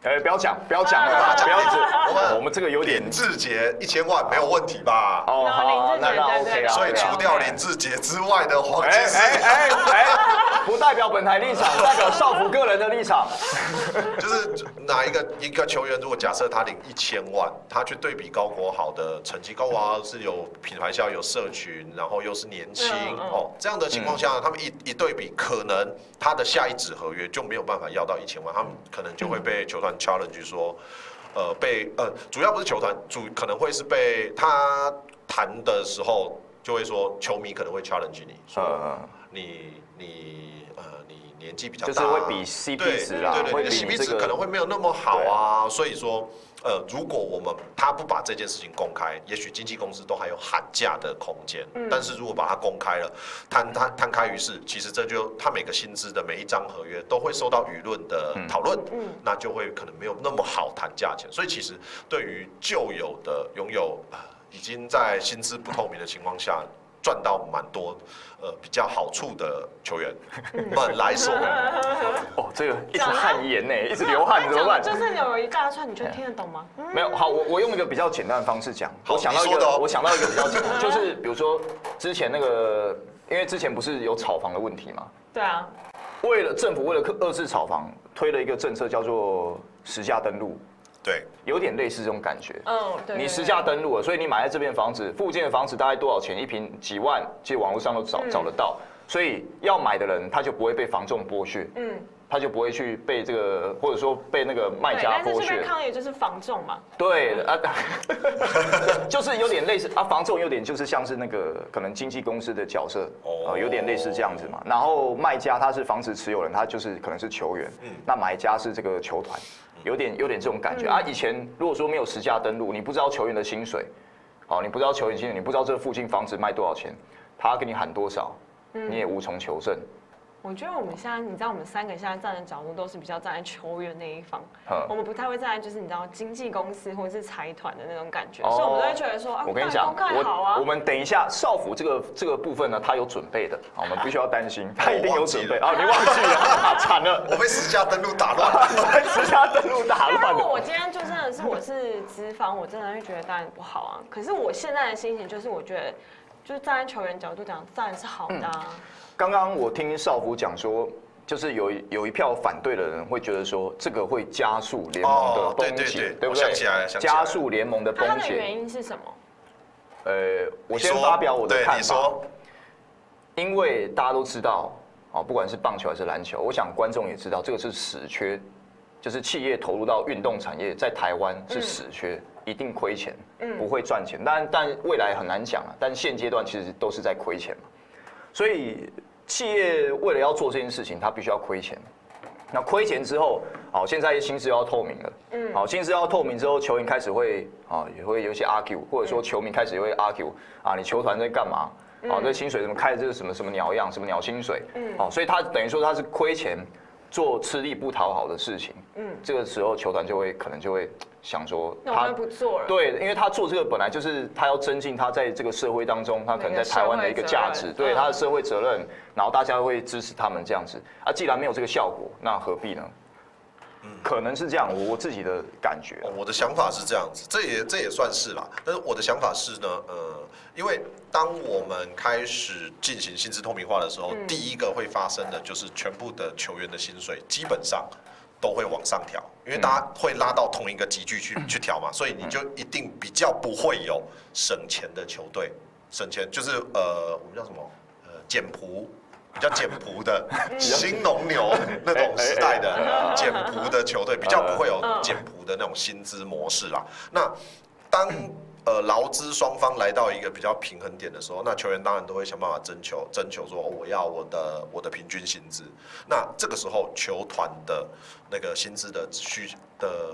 Speaker 3: 哎，不要讲，不要讲了，
Speaker 1: 啊
Speaker 3: 不要一
Speaker 1: [LAUGHS] 我们
Speaker 3: 直，我们这个有点
Speaker 1: 林志杰一千万没有问题吧？
Speaker 3: 哦，
Speaker 2: 林志
Speaker 3: 好，
Speaker 2: 杰
Speaker 3: 那
Speaker 2: 对对
Speaker 3: 那 OK 啊，
Speaker 1: 所以
Speaker 2: 对啊
Speaker 1: 除掉林志杰之外的黄
Speaker 3: 哎
Speaker 1: 金世
Speaker 3: 哎
Speaker 1: 代，
Speaker 3: 哎哎， [LAUGHS] 不代表本台
Speaker 1: [LAUGHS]
Speaker 3: 立场，代表少辅个人的立场。
Speaker 1: 就是哪一个一个球员，如果假设他领一千万，他去对比高国豪的成绩，高国豪是有品牌效、有社群，然后又是年轻
Speaker 2: 嗯嗯
Speaker 1: 哦，这样的情况下，他们一一对比，可能他的下一纸合约就没有办法要到一千万，他们可能就会被球团 challenge 说，呃，被呃，主要不是球团，主可能会是被他谈的时候就会说，球迷可能会 challenge 你说
Speaker 3: 嗯，
Speaker 1: 你你呃你年纪比较
Speaker 3: 就
Speaker 1: 大，
Speaker 3: 是会比
Speaker 1: 对
Speaker 3: CP 值啦
Speaker 1: 对，对
Speaker 3: 会
Speaker 1: 对，
Speaker 3: 比
Speaker 1: 你的
Speaker 3: 你
Speaker 1: CP 值
Speaker 3: 这
Speaker 1: 可能
Speaker 3: 个
Speaker 1: 会没有那么好啊。所以说，呃，如果我们他不把这件事情公开，也许经纪公司都还有喊价的空间。
Speaker 2: 嗯
Speaker 1: 但是如果把它公开了，摊摊摊开于世，其实这就他每个薪资的每一张合约都会受到舆论的讨论，
Speaker 2: 嗯
Speaker 1: 那就会可能没有那么好谈价钱。所以其实对于旧有的拥有。呃已经在薪资不透明的情况下赚到蛮多呃比较好处的球员们来
Speaker 2: [LAUGHS]
Speaker 1: 说，
Speaker 3: 哦，这个一直汗颜呢， [LAUGHS] 一直流汗，哎怎么办？
Speaker 2: 就是有一大串，你觉得听得懂吗？嗯
Speaker 3: 没有好，我我用一个比较简单的方式讲，
Speaker 1: 好
Speaker 3: 我想到一
Speaker 1: 你说的哦
Speaker 3: 个，我想到一个比较
Speaker 1: [LAUGHS]
Speaker 3: 简单，就是比如说之前那个，因为之前不是有炒房的问题嘛，
Speaker 2: 对啊，
Speaker 3: 为了政府为了克遏制炒房，推了一个政策叫做实价登录，
Speaker 1: 对。
Speaker 3: 有点类似这种感觉。
Speaker 2: 嗯，对，
Speaker 3: 你
Speaker 2: 对
Speaker 3: 实
Speaker 2: 对
Speaker 3: 价登录了，所以你买在这边房子，附近的房子大概多少钱一平？几万，其实网络上都找
Speaker 2: 嗯
Speaker 3: 找得到。所以要买的人，他就不会被房仲剥削，
Speaker 2: 嗯，
Speaker 3: 他就不会去被这个，或者说被那个卖
Speaker 2: 对，
Speaker 3: 家
Speaker 2: 但是
Speaker 3: 剥
Speaker 2: 这边
Speaker 3: 削。
Speaker 2: 抗议就是防重嘛，
Speaker 3: 对啊， [LAUGHS] 就是有点类似啊，房仲有点就是像是那个可能经纪公司的角色，
Speaker 1: 哦
Speaker 3: 哦，有点类似这样子嘛。然后卖家他是房子持有人，他就是可能是球员，那买家是这个球团，有点有点这种感觉
Speaker 2: 嗯
Speaker 3: 啊。以前如果说没有实价登录，你不知道球员的薪水，哦，你不知道球员薪水，你不知道这附近房子卖多少钱，他给你喊多少，你也无从求证。
Speaker 2: 我觉得我们现在，你知道，我们三个现在站的角度都是比较站在球员那一方，
Speaker 3: 嗯
Speaker 2: 我们不太会站在就是你知道经纪公司或者是财团的那种感觉，
Speaker 3: 哦
Speaker 2: 所以我们都会觉得说，啊，
Speaker 3: 我跟你
Speaker 2: 那
Speaker 3: 讲，
Speaker 2: 公开好啊
Speaker 3: 我我，们等一下少辅这个这个部分呢，他有准备的，好我们不需要担心，他一定有准备
Speaker 1: 我
Speaker 3: 啊！你哦忘记了， [LAUGHS] 啊惨了，
Speaker 1: 我被私下登录打乱。
Speaker 3: 直下登录大
Speaker 2: 那
Speaker 3: 乱
Speaker 2: 如果我
Speaker 3: 了。
Speaker 2: 今天就真的是我是资方，我真的会觉得当然不好啊。可是我现在的心情就是，我觉得就是站在球员角度讲，当然是好的啊。
Speaker 3: 嗯刚刚我听少辅讲说。就是有一有一票反对的人会觉得说，这个会加速联盟的
Speaker 1: 哦对
Speaker 3: 崩
Speaker 1: 对
Speaker 3: 解，
Speaker 1: 对我
Speaker 3: 不对？
Speaker 1: 想起来了想起来了
Speaker 3: 加速联盟的崩
Speaker 2: 那它的原
Speaker 3: 解。
Speaker 2: 因是什么？
Speaker 3: 呃，我
Speaker 1: 你
Speaker 3: 先
Speaker 1: 说
Speaker 3: 发表我的
Speaker 1: 对
Speaker 3: 看法。
Speaker 1: 你说，
Speaker 3: 因为大家都知道，哦，不管是棒球还是篮球，我想观众也知道，这个是死缺，就是企业投入到运动产业，在台湾是死缺，一定亏钱，
Speaker 2: 嗯
Speaker 3: 不会赚钱。但但未来很难讲啊，但现阶段其实都是在亏钱嘛。所以企业为了要做这件事情，它必须要亏钱。那亏钱之后，好，现在薪资要透明了，嗯，好，薪资要透明之后，球员开始会啊，也会有一些 argue，或者说球迷开始也会 argue 啊，你球团在干嘛？啊，这薪水怎么开的这是什么什么鸟样，什么鸟薪水？嗯，好，所以他等于说他是亏钱做吃力不讨好的事情，嗯，这个时候球团就会可能就会想说，
Speaker 2: 那我就不做了。
Speaker 3: 对，因为他做这个本来就是他要增进他在这个社会当中，他可能在台湾的一个价值，
Speaker 2: 那个社会责任嗯
Speaker 3: 对他的社会责任，然后大家会支持他们这样子。啊，既然没有这个效果，那何必呢？
Speaker 1: 嗯
Speaker 3: 可能是这样，我我自己的感觉啊。
Speaker 1: 哦我的想法是这样子，这也这也算是啦。但是我的想法是呢，呃，因为当我们开始进行薪资透明化的时候，第一个会发生的就是全部的球员的薪水基本上都会往上调，因为大家会拉到同一个集聚去、去调嘛，所以你就一定比较不会有省钱的球队，省钱就是呃，我们叫什么呃简朴比较简朴的新农牛那种时代的简朴的球队，比较不会有简朴的那种薪资模式啦。那当呃劳资双方来到一个比较平衡点的时候，那球员当然都会想办法征求征求说、哦我要我的我的平均薪资。那这个时候球团的那个薪资的需的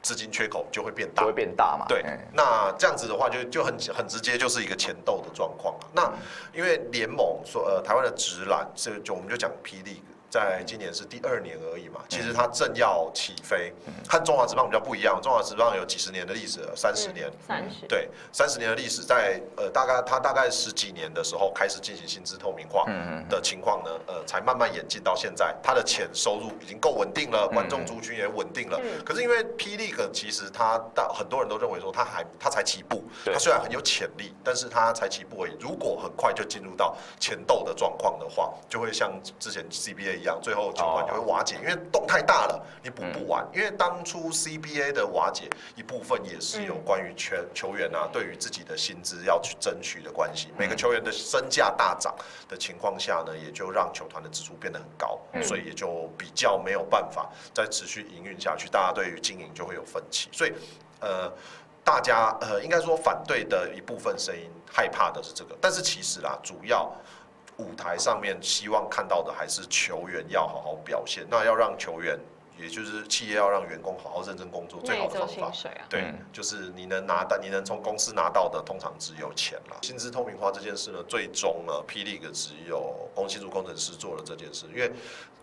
Speaker 1: 资金缺口就会变大
Speaker 3: 就会，变大嘛。
Speaker 1: 对
Speaker 3: 嗯，
Speaker 1: 那这样子的话就，就很很直接，就是一个前斗的状况了。那因为联盟说，呃，台湾的直篮，这就我们就讲霹雳，在今年是第二年而已嘛。其实它正要起飞，和中华职棒比较不一样。中华职棒有几十年的历史了，三十年。
Speaker 2: 嗯
Speaker 1: 嗯
Speaker 2: 三十，
Speaker 1: 对，三十年的历史在，呃大概它大概十几年的时候开始进行薪资透明化的情况呢，呃，才慢慢演进到现在，它的钱收入已经够稳定了，观众族群也稳定了。
Speaker 2: 嗯
Speaker 1: 可是因为霹雳可其实它大很多人都认为说它还它才起步，
Speaker 3: 对
Speaker 1: 它虽然很有潜力，但是它才起步而已。如果很快就进入到前斗的状况的话，就会像之前 CBA 一样，最后球馆就会瓦解，因为洞太大了，你补不完。因为当初 CBA 的瓦解一部分也是有关于球球员啊对于自己的薪资要去争取的关系，每个球员的身价大涨的情况下呢，也就让球团的支出变得很高，
Speaker 2: 嗯
Speaker 1: 所以也就比较没有办法再持续营运下去，大家对于经营就会有分歧，所以呃。大家呃，应该说反对的一部分声音害怕的是这个，但是其实啦，主要舞台上面希望看到的还是球员要好好表现，那要让球员，也就是企业要让员工好好认真工作，最
Speaker 2: 那
Speaker 1: 好
Speaker 2: 也
Speaker 1: 的
Speaker 2: 只有
Speaker 1: 方
Speaker 2: 薪
Speaker 1: 法。
Speaker 2: 水啊。
Speaker 1: 对
Speaker 3: 嗯，
Speaker 1: 就是你能拿到，你能从公司拿到的，通常只有钱啦。薪资透明化这件事呢，最终呢，霹雳只有工薪族工程师做了这件事，因为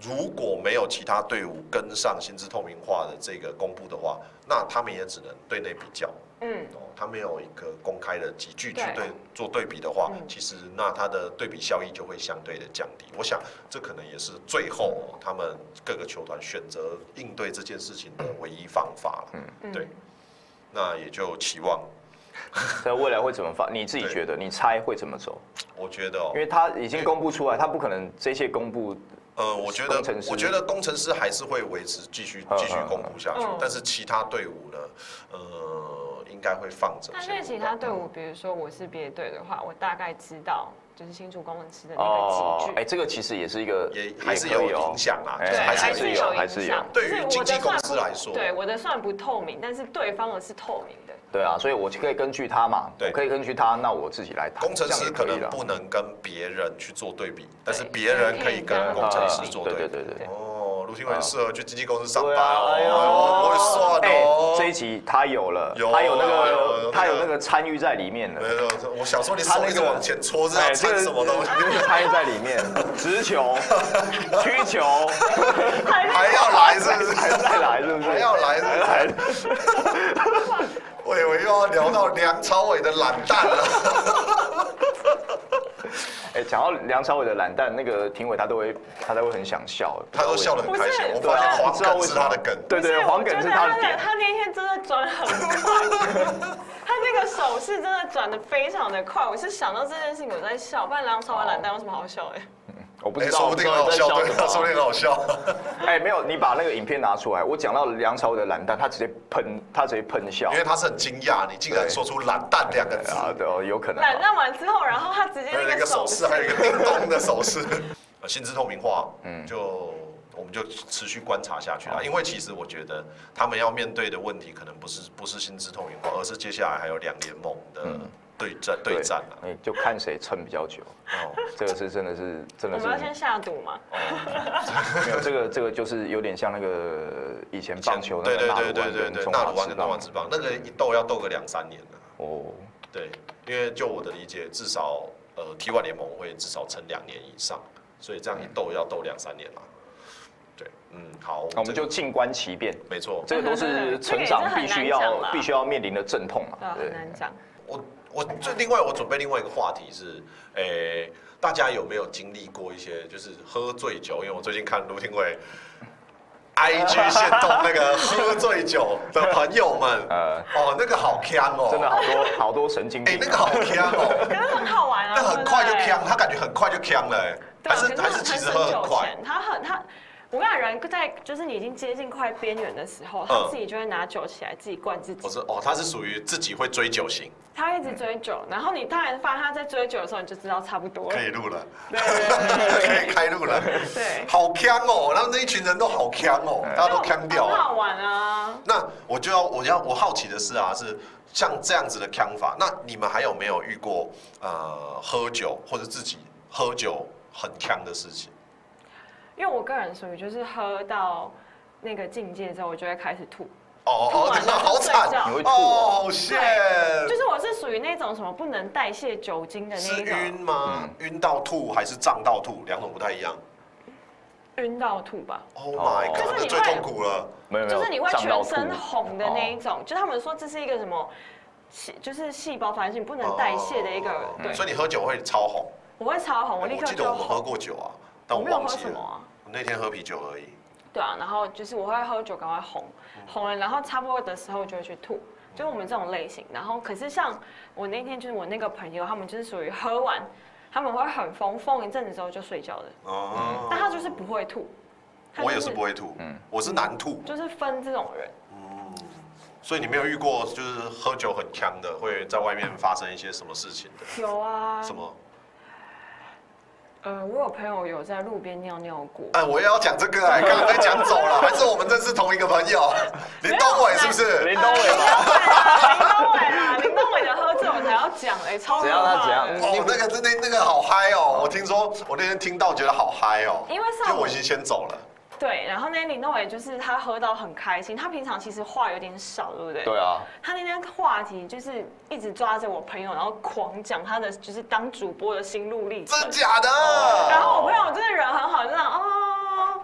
Speaker 1: 如果没有其他队伍跟上薪资透明化的这个公布的话，那他们也只能对内比较。
Speaker 2: 嗯，
Speaker 1: 哦，他没有一个公开的集聚去
Speaker 2: 对
Speaker 1: 对做对比的话
Speaker 2: 嗯，
Speaker 1: 其实那它的对比效益就会相对的降低。我想这可能也是最后哦他们各个球团选择应对这件事情的唯一方法了。
Speaker 2: 嗯
Speaker 1: 对那也就期望，
Speaker 3: 在未来会怎么发？你自己
Speaker 1: 对
Speaker 3: 觉得，你猜会怎么走？
Speaker 1: 我觉得哦
Speaker 3: 因，为他已经公布出来，他不可能这些公布
Speaker 1: 呃，我觉得
Speaker 3: 工程师
Speaker 1: 我觉得工程师还是会维持继续
Speaker 3: 嗯
Speaker 1: 继续公布下去
Speaker 2: 嗯，
Speaker 1: 但是其他队伍呢，呃，应该会放着
Speaker 2: 但
Speaker 1: 先不管。
Speaker 2: 是其他队伍，比如说我是别队的话，我大概知道就是新竹工程师的那
Speaker 1: 哦
Speaker 2: 个集聚。
Speaker 3: 哎，这个其实也是一个
Speaker 1: 也还是
Speaker 3: 也可
Speaker 1: 有
Speaker 3: 以哦
Speaker 1: 影响啦，
Speaker 3: 哎
Speaker 1: 就是
Speaker 2: 对，
Speaker 1: 还
Speaker 3: 还
Speaker 1: 是有
Speaker 3: 是
Speaker 1: 影
Speaker 3: 有
Speaker 1: 响。
Speaker 2: 影
Speaker 3: 还是有
Speaker 2: 响
Speaker 1: 对于
Speaker 2: 就是
Speaker 1: 经
Speaker 2: 我的
Speaker 1: 纪公
Speaker 2: 算
Speaker 1: 司
Speaker 2: 不
Speaker 1: 来说
Speaker 2: 对我的算不透明，但是对方的是透明的。
Speaker 3: 对啊，所以我可以根据他嘛，
Speaker 1: 对
Speaker 3: 我可以根据他，那我自己来谈，
Speaker 1: 工程
Speaker 3: 这样
Speaker 1: 师
Speaker 3: 也
Speaker 1: 可
Speaker 3: 可以
Speaker 1: 能
Speaker 3: 啦
Speaker 1: 不能跟别人去做对比，但是别人可以跟工
Speaker 3: 啊
Speaker 1: 程师做
Speaker 3: 对
Speaker 1: 对比。
Speaker 3: 对对对。
Speaker 1: 哦，卢廷伟很适合去经纪公司上班
Speaker 3: 对啊，
Speaker 1: 哦，
Speaker 3: 哎呦，
Speaker 1: 我会算
Speaker 3: 哎
Speaker 1: 哦。
Speaker 3: 这一集他有了，
Speaker 1: 有
Speaker 3: 他有那
Speaker 1: 有有
Speaker 3: 个
Speaker 1: 有，
Speaker 3: 他有那个参与在里面
Speaker 1: 没
Speaker 3: 了，
Speaker 1: 有，我想说你手一直往前戳，是要
Speaker 3: 哎这
Speaker 1: 掺什么东西？
Speaker 3: 这个参与在里
Speaker 1: [LAUGHS]
Speaker 3: 面，直球、曲球
Speaker 1: 还要来是不
Speaker 3: 还
Speaker 1: 是？
Speaker 3: [LAUGHS] 再来，是不
Speaker 1: 还
Speaker 3: 是？
Speaker 1: 要来是不是？
Speaker 3: 还
Speaker 1: 我以为又要聊到梁朝伟的懒蛋了。
Speaker 3: 哎，讲到梁朝伟的懒蛋，那个评委他都会，他都会很想笑，
Speaker 1: 他都笑得很开心，我
Speaker 2: 不是
Speaker 1: 发现
Speaker 3: 不
Speaker 1: 黄
Speaker 3: 知道
Speaker 1: 梗
Speaker 3: 为
Speaker 1: 是
Speaker 3: 什么
Speaker 1: 他的梗。
Speaker 3: 对对，啊
Speaker 2: 所以
Speaker 3: 黄
Speaker 2: 我
Speaker 3: 梗
Speaker 2: 觉
Speaker 3: 是
Speaker 2: 得
Speaker 3: 他的
Speaker 2: 那个。
Speaker 3: 点
Speaker 2: 他那天真的转很快，
Speaker 1: [LAUGHS]
Speaker 2: 他那个手势真的转的非常的快。我是想到这件事情我在笑，不然梁朝伟
Speaker 1: 哦
Speaker 2: 懒蛋有什么好笑的？
Speaker 3: 我不
Speaker 1: 哎，
Speaker 3: 知道，
Speaker 1: 说不定很好笑，对， [LAUGHS] 说不定很好笑。
Speaker 3: [LAUGHS] 哎，没有，你把那个影片拿出来，我讲到梁朝伟的懒蛋，他直接喷，他直接喷笑
Speaker 1: 因。为他是很惊讶，你竟然说出“懒蛋”两个字。
Speaker 3: 啊，对哦，有可能
Speaker 2: 懒蛋完之后，然后他直接
Speaker 1: 还有
Speaker 2: 哎那
Speaker 1: 那
Speaker 2: 个
Speaker 1: 个
Speaker 2: 手
Speaker 1: 手
Speaker 2: 势
Speaker 1: 势，，还有一个叮咚的手
Speaker 3: [LAUGHS]
Speaker 1: 势。呃，薪资透明化，嗯，就我们就持续观察下去
Speaker 3: 哦
Speaker 1: 啦。因为其实我觉得他们要面对的问题，可能不是不是薪资透明化，而是接下来还有两联盟
Speaker 3: 嗯
Speaker 1: 的对战对战啊。
Speaker 3: 你就看谁撑比较久。
Speaker 1: 哦，
Speaker 3: 这个是真的是真
Speaker 2: 我
Speaker 3: 的
Speaker 2: 们要先
Speaker 3: 是
Speaker 2: 下赌嘛？
Speaker 3: 没有这个这个就是有点像那个以前棒球那
Speaker 1: 对
Speaker 3: 个
Speaker 1: 对
Speaker 3: 纳
Speaker 1: 对
Speaker 3: 鲁
Speaker 1: 对
Speaker 3: 湾
Speaker 1: 对
Speaker 3: 跟
Speaker 1: 对，
Speaker 3: 中
Speaker 1: 纳鲁
Speaker 3: 华
Speaker 1: 湾
Speaker 3: 职
Speaker 1: 跟中华
Speaker 3: 棒
Speaker 1: 职棒那个一斗要斗个两三年了。
Speaker 3: 哦，
Speaker 1: 对，因为就我的理解，至少呃 T1 联盟会至少撑两年以上，所以这样一斗要斗两三年啦。对，嗯，好，
Speaker 3: 那我们
Speaker 1: 这
Speaker 3: 就静观其变。
Speaker 1: 没错，
Speaker 3: 这个都
Speaker 2: [LAUGHS]
Speaker 3: 是成长
Speaker 2: 这个也是
Speaker 3: 必须
Speaker 2: 很难讲
Speaker 3: 要
Speaker 2: 啦
Speaker 3: 必须要面临的阵痛嘛
Speaker 2: 对，啊，，
Speaker 3: 对
Speaker 2: 很，难讲。
Speaker 1: 我我最另外我准备另外一个话题是，诶、大家有没有经历过一些就是喝醉酒？因为我最近看卢廷
Speaker 3: [LAUGHS]
Speaker 1: 伟 IG 线动那个喝醉酒的朋友们，
Speaker 3: [LAUGHS] 呃，
Speaker 1: 哦，那个好呛哦，
Speaker 3: 真的，好多好多神经
Speaker 1: 哎、
Speaker 3: 病啊，
Speaker 1: 那个好呛哦，
Speaker 2: [LAUGHS] 可是很好玩啊，
Speaker 1: 那很快就
Speaker 2: 对不对
Speaker 1: 呛，他感觉很快就呛了、哎
Speaker 2: 对啊
Speaker 1: 还是
Speaker 2: 可
Speaker 1: 还是
Speaker 2: 他
Speaker 1: 其实
Speaker 2: 很
Speaker 1: 喝
Speaker 2: 久
Speaker 1: 很快
Speaker 2: 前，他很他。我跟你讲，人在就是你已经接近快边缘的时候，他自己就会拿酒起来自己灌自己
Speaker 1: 嗯我。是哦，他是属于自己会追酒型，
Speaker 2: 他一直追酒，然后你当然发现他在追酒的时候，你就知道差不多了
Speaker 1: 可。以录了，
Speaker 2: 对对
Speaker 1: [LAUGHS] 可以开录了，
Speaker 2: 对
Speaker 1: 好呛哦，他们那一群人都好呛哦，大家都呛掉
Speaker 2: 很
Speaker 1: 了。
Speaker 2: 好玩啊！
Speaker 1: 那我就要我要我好奇的是啊，是像这样子的呛法，那你们还有没有遇过呃喝酒或者自己喝酒很呛的事情？
Speaker 2: 因为我个人属于就是喝到那个境界之后，我就会开始吐。
Speaker 1: 哦
Speaker 2: 吐
Speaker 1: 哦，
Speaker 2: 完
Speaker 1: 那
Speaker 2: 了
Speaker 1: 好
Speaker 2: 就睡
Speaker 1: 惨
Speaker 2: 觉，
Speaker 3: 你会吐哦
Speaker 1: 哦，谢，
Speaker 2: 就是我是属于那种什么不能代谢酒精的那
Speaker 1: 是
Speaker 2: 一种，
Speaker 1: 晕吗？
Speaker 3: 嗯
Speaker 1: 晕到吐还是胀到吐？两种不太一样。
Speaker 2: 晕到吐吧。
Speaker 1: Oh my
Speaker 3: 哦
Speaker 1: god，
Speaker 2: 就是
Speaker 1: 那
Speaker 2: 你
Speaker 1: 最
Speaker 2: 会
Speaker 1: 痛苦了。
Speaker 3: 没有没有，
Speaker 2: 就是你会
Speaker 3: 胀到哦
Speaker 2: 全身
Speaker 3: 吐
Speaker 2: 红的那一种，就他们说这是一个什么细，就是细胞反应不能代谢的一个，
Speaker 3: 嗯
Speaker 1: 哦
Speaker 2: 对，
Speaker 1: 所以你喝酒会超红。
Speaker 2: 我会超红，我立刻
Speaker 1: 记得
Speaker 2: 就
Speaker 1: 哎我们喝
Speaker 2: 红，
Speaker 1: 过酒啊，但
Speaker 2: 我
Speaker 1: 我
Speaker 2: 没有
Speaker 1: 忘
Speaker 2: 喝
Speaker 1: 记
Speaker 2: 什么
Speaker 1: 了。
Speaker 2: 啊，
Speaker 1: 我那天喝啤酒而已。
Speaker 2: 对啊，然后就是我会喝酒赶快红，
Speaker 1: 嗯
Speaker 2: 红了，然后差不多的时候就会去吐。就是我们这种类型，然后可是像我那天就是我那个朋友，他们就是属于喝完，他们会很疯，疯一阵子之后就睡觉的，
Speaker 1: 哦
Speaker 2: 但他就是不会吐，他
Speaker 1: 我
Speaker 2: 就
Speaker 1: 也是不会吐，
Speaker 3: 嗯
Speaker 1: 我是难吐，
Speaker 2: 就是分这种人，
Speaker 1: 所以你没有遇过就是喝酒很呛的，会在外面发生一些什么事情的？
Speaker 2: 有啊，
Speaker 1: 什么？
Speaker 2: 呃，我有朋友有在路边尿尿过，
Speaker 1: 哎，我也要讲这个哎，刚刚被讲走了，还是我们认识同一个朋
Speaker 2: [LAUGHS]
Speaker 1: 友，林东欸伟是不是？
Speaker 3: 林东伟吧，
Speaker 2: 林东伟啊，林东伟的喝醉我才要讲哎、超
Speaker 3: 怎样他
Speaker 2: 可怕
Speaker 3: 怎样
Speaker 2: 的
Speaker 1: 哦，那个真的那个好嗨哦！我听说我那天听到觉得好嗨哦，
Speaker 2: 因为上
Speaker 1: 就
Speaker 2: 午
Speaker 1: 我已经先走了，
Speaker 2: [LAUGHS] 对，然后那天林东伟就是他喝到很开心，他平常其实话有点少，对不对？
Speaker 3: 对啊， [LAUGHS]
Speaker 2: 他那天话题就是一直抓着我朋友，然后狂讲他的就是当主播的心路历程
Speaker 1: 真。假的？
Speaker 2: 哦然后我朋友真的人很好，真的哦。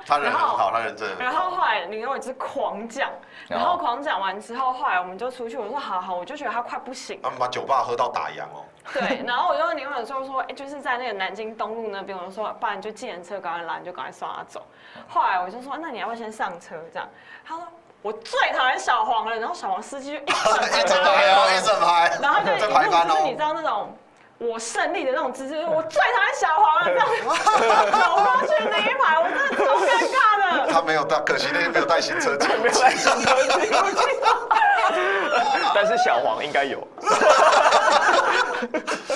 Speaker 1: 他人很
Speaker 2: 然后
Speaker 1: 好，他人真的很
Speaker 2: 然
Speaker 1: 好。
Speaker 2: 后后来林伟就是狂讲，然后狂讲完之后，后来我们就出去，我说好好，我就觉得他快不行
Speaker 1: 他们把酒吧喝到打烊哦。
Speaker 2: 对，然后我就林伟就说，哎、就是在那个南京东路那边，我就说，不然你就计程车赶快拦，你就赶快送他走。后来我就说，那你要不要先上车？这样，他说我最讨厌小黄了。然后小黄
Speaker 1: [LAUGHS]
Speaker 2: 司机就一
Speaker 1: 一
Speaker 2: 整
Speaker 1: 整排
Speaker 2: 排
Speaker 1: 哦，一整排，
Speaker 2: 然后就
Speaker 1: [LAUGHS] 在
Speaker 2: 一
Speaker 1: 排
Speaker 2: 路
Speaker 1: 班
Speaker 2: 就是你知
Speaker 1: 哦。
Speaker 2: 道那种我胜利的那种姿势，就是我最讨厌小黄了，这样子走过去那一排，我真的超尴尬的。
Speaker 1: 他没有带，可惜那天没有带行车记 [LAUGHS] 录器。
Speaker 2: [LAUGHS]
Speaker 3: 但是小黄应该有，
Speaker 2: 哇，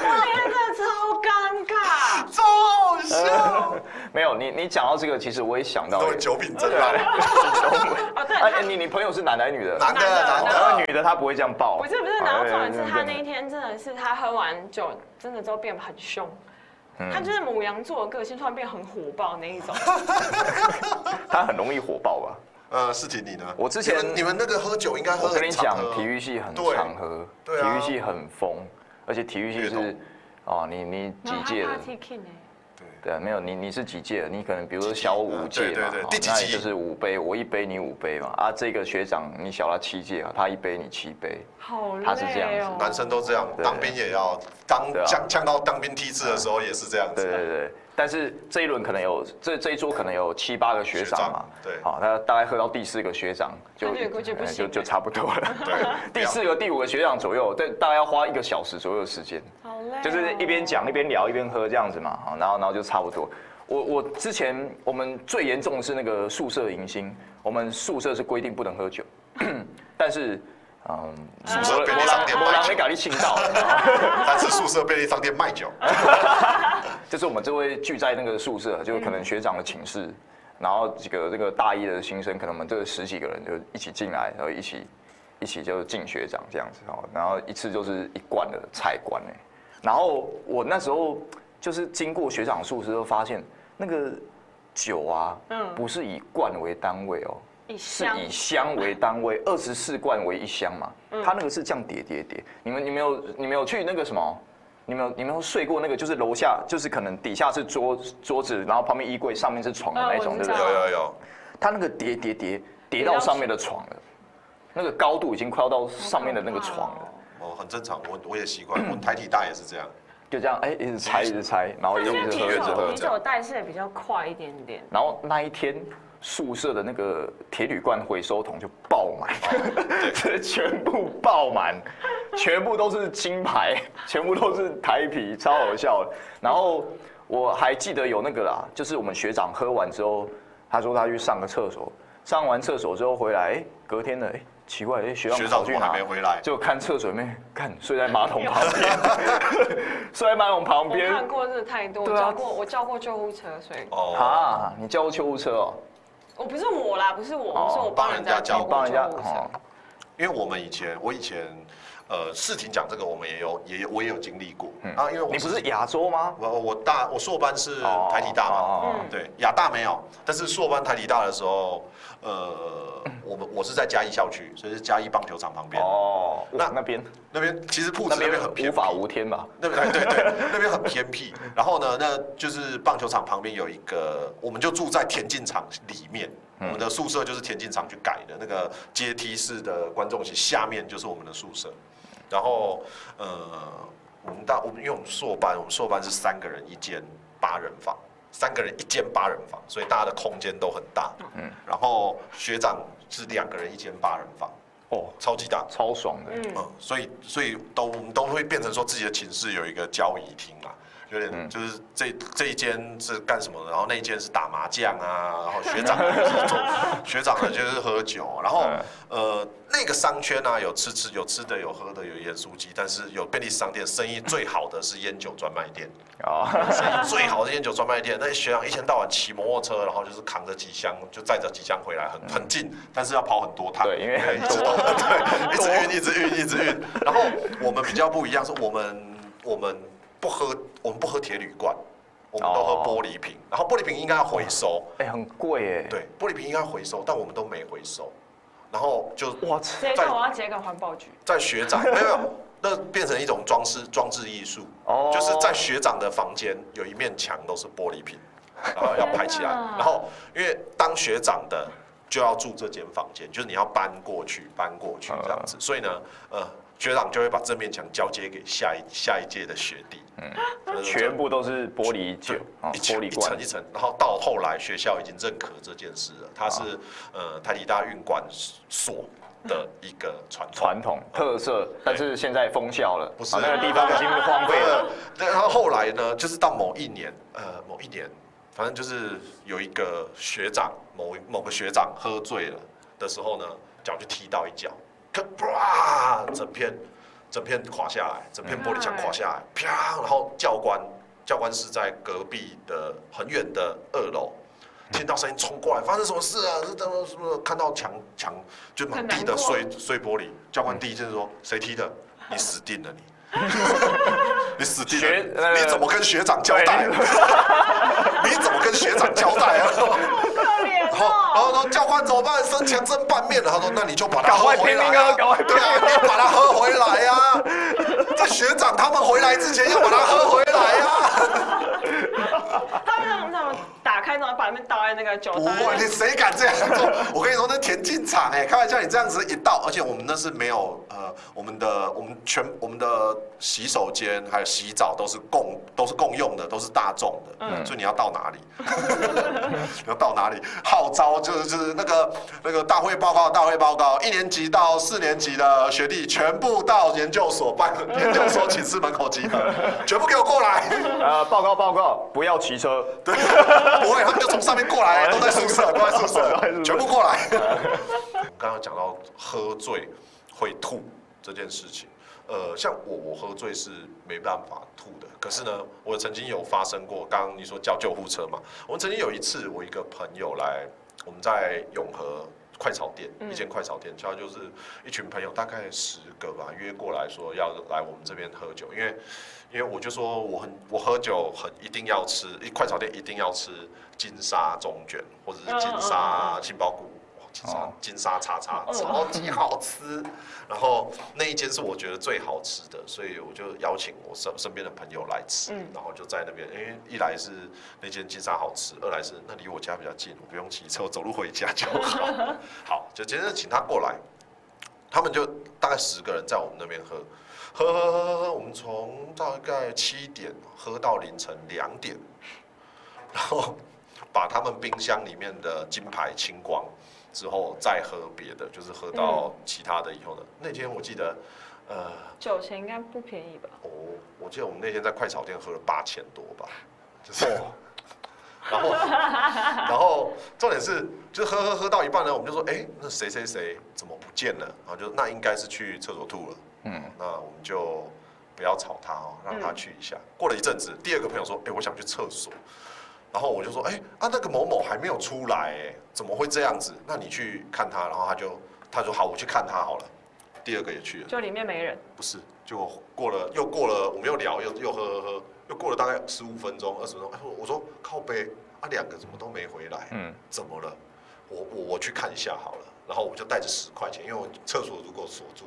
Speaker 2: 那天真的超尴尬。
Speaker 1: 超好笑，
Speaker 3: 没有你你讲到这个，其实我也想到
Speaker 1: 都
Speaker 3: 一
Speaker 1: 是
Speaker 3: 个
Speaker 1: 酒品真烂。
Speaker 2: 哦，对，他
Speaker 3: 哎，你你朋友是男的还是女的？
Speaker 1: 男的，
Speaker 2: 啊
Speaker 1: 男
Speaker 2: 男的
Speaker 3: 然后
Speaker 1: 的，
Speaker 3: 女的她不会这样抱，
Speaker 2: 不是不是，然后重点是他那
Speaker 3: 哎对
Speaker 2: 一天真的是他喝完酒，真的之后变很凶。
Speaker 3: 嗯
Speaker 2: 他就是母羊座的个性，突然变很火爆那一
Speaker 3: [LAUGHS]
Speaker 2: 种。
Speaker 3: 她很容易火爆吧？
Speaker 1: 呃，世锦你呢？
Speaker 3: 我之前
Speaker 1: 你们你们那个喝酒应该喝
Speaker 3: 我跟
Speaker 1: 很
Speaker 3: 你
Speaker 1: 常
Speaker 3: 讲
Speaker 1: 喝，哦。
Speaker 3: 体育系很
Speaker 1: 对
Speaker 3: 常喝，
Speaker 1: 对啊
Speaker 3: 体育系很疯，而且体育系
Speaker 1: 运动
Speaker 3: 是哦，你你
Speaker 2: 然
Speaker 3: 几
Speaker 2: 后他
Speaker 3: 届的？
Speaker 2: party king 哎，
Speaker 3: 对，没有你你是几届的？你可能比如说小我五届
Speaker 1: 啊对对
Speaker 3: 嘛，
Speaker 1: 对
Speaker 3: 哦
Speaker 1: 第几
Speaker 3: 那你
Speaker 1: 级
Speaker 3: 就是五杯，我一杯你五杯嘛。啊，这个学长你小他七届啊，他一杯你七杯，
Speaker 2: 好累哦。
Speaker 3: 他是这样子
Speaker 1: 男生都这样，
Speaker 3: 对
Speaker 1: 当兵也要当
Speaker 3: 对啊
Speaker 1: 呛呛到当兵梯次的时候也是这样
Speaker 3: 对对
Speaker 1: 子。
Speaker 3: 对。但是这一轮可能有这这一桌可能有七八个学长嘛，
Speaker 1: 学长对
Speaker 3: 好，那大概喝到第四个学长就
Speaker 2: 他就估计不
Speaker 3: 嗯
Speaker 2: 行
Speaker 3: 就
Speaker 2: 了
Speaker 3: 就差不多了。
Speaker 1: 对，啊
Speaker 3: 第四个、第五个学长左右，对，大概要花一个小时左右的时间。
Speaker 2: 好累哦。
Speaker 3: 就是一边讲一边聊一边喝这样子嘛，好，然后然后就差不多。我我之前我们最严重的是那个宿舍迎新，我们宿舍是规定不能喝酒， [COUGHS] 但是嗯，
Speaker 2: 宿舍便利商店
Speaker 3: 我
Speaker 1: 卖
Speaker 3: 狼
Speaker 1: 酒
Speaker 3: 没搞你请到，
Speaker 1: 但是宿舍便利商店卖
Speaker 3: [LAUGHS]
Speaker 1: 酒，
Speaker 3: 就是我们就会聚在那个宿舍，就可能学长的寝室，然后几个这个大一的新生，可能我们这十几个人就一起进来，然后一起一起就敬学长这样子哦，然后一次就是一罐的菜罐哎，然后我那时候就是经过学长宿舍，就发现那个酒啊，
Speaker 2: 嗯
Speaker 3: 不是以罐为单位哦。
Speaker 2: 一
Speaker 3: 是
Speaker 2: 箱
Speaker 3: 以箱为单位，二十四罐为一箱嘛。
Speaker 2: 嗯
Speaker 3: 它那个是这样叠叠叠。你们你们有你们有去那个什么？你们有你们有睡过那个？就是楼下就是可能底下是桌桌子，然后旁边衣柜，上面是床的
Speaker 2: 嗯
Speaker 3: 那
Speaker 2: 我
Speaker 3: 种，
Speaker 2: 知
Speaker 3: 对不
Speaker 2: 道
Speaker 1: 有
Speaker 3: 对？
Speaker 1: 有有，
Speaker 3: 它那个叠叠叠叠
Speaker 2: 到
Speaker 3: 到上面的床了，那个高度已经快要到上面的那个床
Speaker 2: 好可怕
Speaker 3: 了
Speaker 2: 哦。
Speaker 1: 哦，很正常，我我也习惯，
Speaker 3: [CLEARS THROAT]
Speaker 1: 我台体大也是这样。
Speaker 3: 就这样，哎，一直拆一直拆，然后
Speaker 2: 但
Speaker 3: 一直
Speaker 2: 是
Speaker 3: 喝一
Speaker 2: 啤
Speaker 3: 直
Speaker 2: 酒
Speaker 3: 喝
Speaker 2: 啤。酒代谢比较快一点点。
Speaker 3: 然后那一天宿舍的那个铁铝罐回收桶就爆满，这全部爆满，全部都是金牌，全部都是台啤，超好笑的。然后我还记得有那个啦，就是我们学长喝完之后，他说他去上个厕所，上完厕所之后回来，哎、隔天的，哎、奇怪，哎、学长
Speaker 1: 学长
Speaker 3: 跑
Speaker 1: 怎么
Speaker 3: 去
Speaker 1: 还
Speaker 3: 哪
Speaker 1: 没？回来？
Speaker 3: 就看厕所里面，看睡在马桶旁边， [LAUGHS] 睡在马桶旁
Speaker 2: 我
Speaker 3: 边 [LAUGHS]
Speaker 2: 看过真的太多，我
Speaker 3: 对啊
Speaker 2: 叫过我叫过救护车，所以
Speaker 1: 哦，
Speaker 3: 啊！你叫过救护车哦，
Speaker 2: 我不是我啦，不是我，
Speaker 3: 哦
Speaker 2: 我是我帮人家
Speaker 1: 帮人家叫
Speaker 2: 叫
Speaker 1: 我
Speaker 2: 过
Speaker 3: 帮人家
Speaker 2: 救护车
Speaker 3: 哦。，
Speaker 1: 因为我们以前，我以前，呃，世廷讲这个，我们也有，也有我也有经历过啊。因为我
Speaker 3: 嗯你不是亚洲吗？
Speaker 1: 我我大我硕班是
Speaker 3: 哦
Speaker 1: 台体大嘛，
Speaker 3: 哦
Speaker 2: 嗯
Speaker 1: 对，亚大没有，但是硕班台体大的时候，呃，我们我是在嘉义校区，所以是嘉义棒球场旁边，
Speaker 3: 哦，
Speaker 1: 那
Speaker 3: 那那边
Speaker 1: 那边其实铺子
Speaker 3: 那
Speaker 1: 那边
Speaker 3: 边
Speaker 1: 很偏
Speaker 3: 无
Speaker 1: 僻
Speaker 3: 法，无天吧？
Speaker 1: 那边 [LAUGHS] 对对对，那边很偏僻。然后呢，那就是棒球场旁边有一个，我们就住在田径场里面。我们的宿舍就是田径场去改的，那个阶梯式的观众席下面就是我们的宿舍。然后，呃，我们大我们因为我们硕班，我们硕班是三个人一间八人房，三个人一间八人房，所以大家的空间都很大。嗯，然后学长是两个人一间八人房，
Speaker 3: 哦，
Speaker 1: 超级大。
Speaker 3: 超爽的。
Speaker 2: 嗯，
Speaker 1: 嗯，所以所以都我们都会变成说自己的寝室有一个交易厅啦，有点就是这这一间是干什么的，然后那一间是打麻将啊，然后学长的就是做学长的就是喝酒，啊然后呃那个商圈啊有吃吃有吃的有喝的有盐酥鸡，但是有便利商店生意最好的是烟酒专卖店，
Speaker 3: 啊，
Speaker 1: 生意 [LAUGHS] 最好的烟酒专卖店，那些学长一天到晚骑摩托车，然后就是扛着几箱就载着几箱回来，很很近，但是要跑很多趟，
Speaker 3: 嗯对因为很
Speaker 1: 一直都 [LAUGHS] 对，一直运一直运一直运。然后我们比较不一样，是我们我们不喝我们不喝铁铝罐，我们都喝
Speaker 3: 哦
Speaker 1: 玻璃瓶，然后玻璃瓶应该要回收，
Speaker 3: [LAUGHS] 哎，很贵哎。，
Speaker 1: 对，玻璃瓶应该要回收，但我们都没回收，然后就
Speaker 3: 哇，
Speaker 2: 这一段我要直接给环保局。
Speaker 1: 在学长没有没有，那变成一种装饰装置艺术，
Speaker 3: 哦
Speaker 1: 就是在学长的房间有一面墙都是玻璃瓶，然
Speaker 3: [LAUGHS]
Speaker 1: 后要排起来
Speaker 2: 天哪，
Speaker 1: 然后因为当学长的就要住这间房间，就是你要搬过去搬过去这样
Speaker 3: 嗯
Speaker 1: 子，所以呢，呃，学长就会把这面墙交接给下一下一届的学弟，嗯
Speaker 3: 全部都是玻璃酒啊，
Speaker 1: 一层
Speaker 3: 玻璃
Speaker 1: 一
Speaker 3: 罐
Speaker 1: 层一。层，然后到后来学校已经认可这件事了，它是呃台体大运管所的一个传统。
Speaker 3: 传统特色，但是现在封校了，
Speaker 1: 不是
Speaker 3: 啊那个地方已经荒废
Speaker 1: [LAUGHS]
Speaker 3: 了。
Speaker 1: 对，然后后来呢，就是到某一年，呃，某一年，反正就是有一个学长，某某个学长喝醉了的时候呢，脚就踢到一脚，可啪，整片整片垮下来，整片玻璃墙垮下来，啪，然后教官教官是在隔壁的很远的二楼。听到声音冲过来，发生什么事啊？是怎么什么？看到墙墙就满地的碎碎玻璃，教官第一件事说：“谁踢的？你死定了你！”
Speaker 3: [LAUGHS]
Speaker 1: 你死定
Speaker 3: 学
Speaker 1: 了！
Speaker 3: 呃
Speaker 1: 你怎么跟学长交代？你怎么跟学长交代
Speaker 3: [LAUGHS]
Speaker 1: 啊？
Speaker 2: 可怜
Speaker 1: 然后，然
Speaker 2: 哦，
Speaker 1: 后说教官怎么办？身强身半面的，他说那你就把他
Speaker 3: 赶
Speaker 1: 喝
Speaker 3: 快
Speaker 1: 回来
Speaker 3: 拼命
Speaker 1: 啊！
Speaker 3: 啊赶快拼
Speaker 1: 对啊，你把他喝回来啊！在学长他们回来之前要把他喝回来啊！
Speaker 2: 他们让他们打开，然后把那边倒在那个酒
Speaker 1: 不
Speaker 2: 袋
Speaker 1: 会，你
Speaker 2: 里。
Speaker 1: 谁敢这样做？我跟你说，那田径场哎、开玩笑，你这样子一到，而且我们那是没有呃，我们的我们全我们的洗手间还有洗澡都是共都是共用的，都是大众的，所以你要到哪里？ [LAUGHS] 你要到哪里？号召就是就是那个那个大会报告，大会报告，一年级到四年级的学弟全部到研究所办 [LAUGHS] 研究所寝室门口集合，全部给我过来。
Speaker 3: 呃，报告报告，不要骑车。
Speaker 1: 对，不会，他们就从上面过来，都在宿舍，都在宿舍，全部过来。 [LAUGHS] 刚刚讲到喝醉会吐这件事情，呃，像我我喝醉是没办法吐的，可是呢，我曾经有发生过，刚刚你说叫救护车嘛，我们曾经有一次，我一个朋友来，我们在永和。快炒店，一间快炒店，他就是一群朋友，大概十个吧，约过来说要来我们这边喝酒，因为因为我就说我很我喝酒很一定要吃，一快炒店一定要吃金沙中卷或者
Speaker 2: 嗯
Speaker 1: 是金沙杏鲍菇，哇，金沙
Speaker 3: 哦
Speaker 1: 金沙叉叉
Speaker 2: 嗯
Speaker 1: 超级好吃。然后那一间是我觉得最好吃的，所以我就邀请我身身边的朋友来吃
Speaker 2: 嗯，
Speaker 1: 然后就在那边，因为一来是那间金沙好吃，二来是那离我家比较近，我不用骑车，我走路回家就好。
Speaker 2: [LAUGHS]
Speaker 1: 好，就今天请他过来，他们就大概十个人在我们那边喝，喝喝喝喝喝，我们从大概七点喝到凌晨两点， [LAUGHS] 然后把他们冰箱里面的金牌清光之后，再喝别的，就是喝到其他的以后呢，那天我记得，呃，
Speaker 2: 酒钱应该不便宜吧？
Speaker 1: 哦我我记得我们那天在快炒店喝了八千多吧，就是， [LAUGHS] 然后然后重点是就是喝喝喝到一半呢，我们就说，哎、那谁谁谁怎么不见了？然后就那应该是去厕所吐了，
Speaker 3: 嗯，
Speaker 1: 那我们就不要吵他哦，让他去一下。过了一阵子，第二个朋友说，哎、我想去厕所。然后我就说，哎、啊，那个某某还没有出来、哎，怎么会这样子？那你去看他，然后他就他说好，我去看他好了。第二个也去了，
Speaker 2: 就里面没人，
Speaker 1: 不是，就过了，又过了，我们又聊，又又喝喝喝，又过了大概十五分钟、二十分钟。哎，我我说靠背，啊，两个怎么都没回来，
Speaker 3: 嗯
Speaker 1: 怎么了？我我我去看一下好了。然后我就带着十块钱，因为我厕所如果锁住，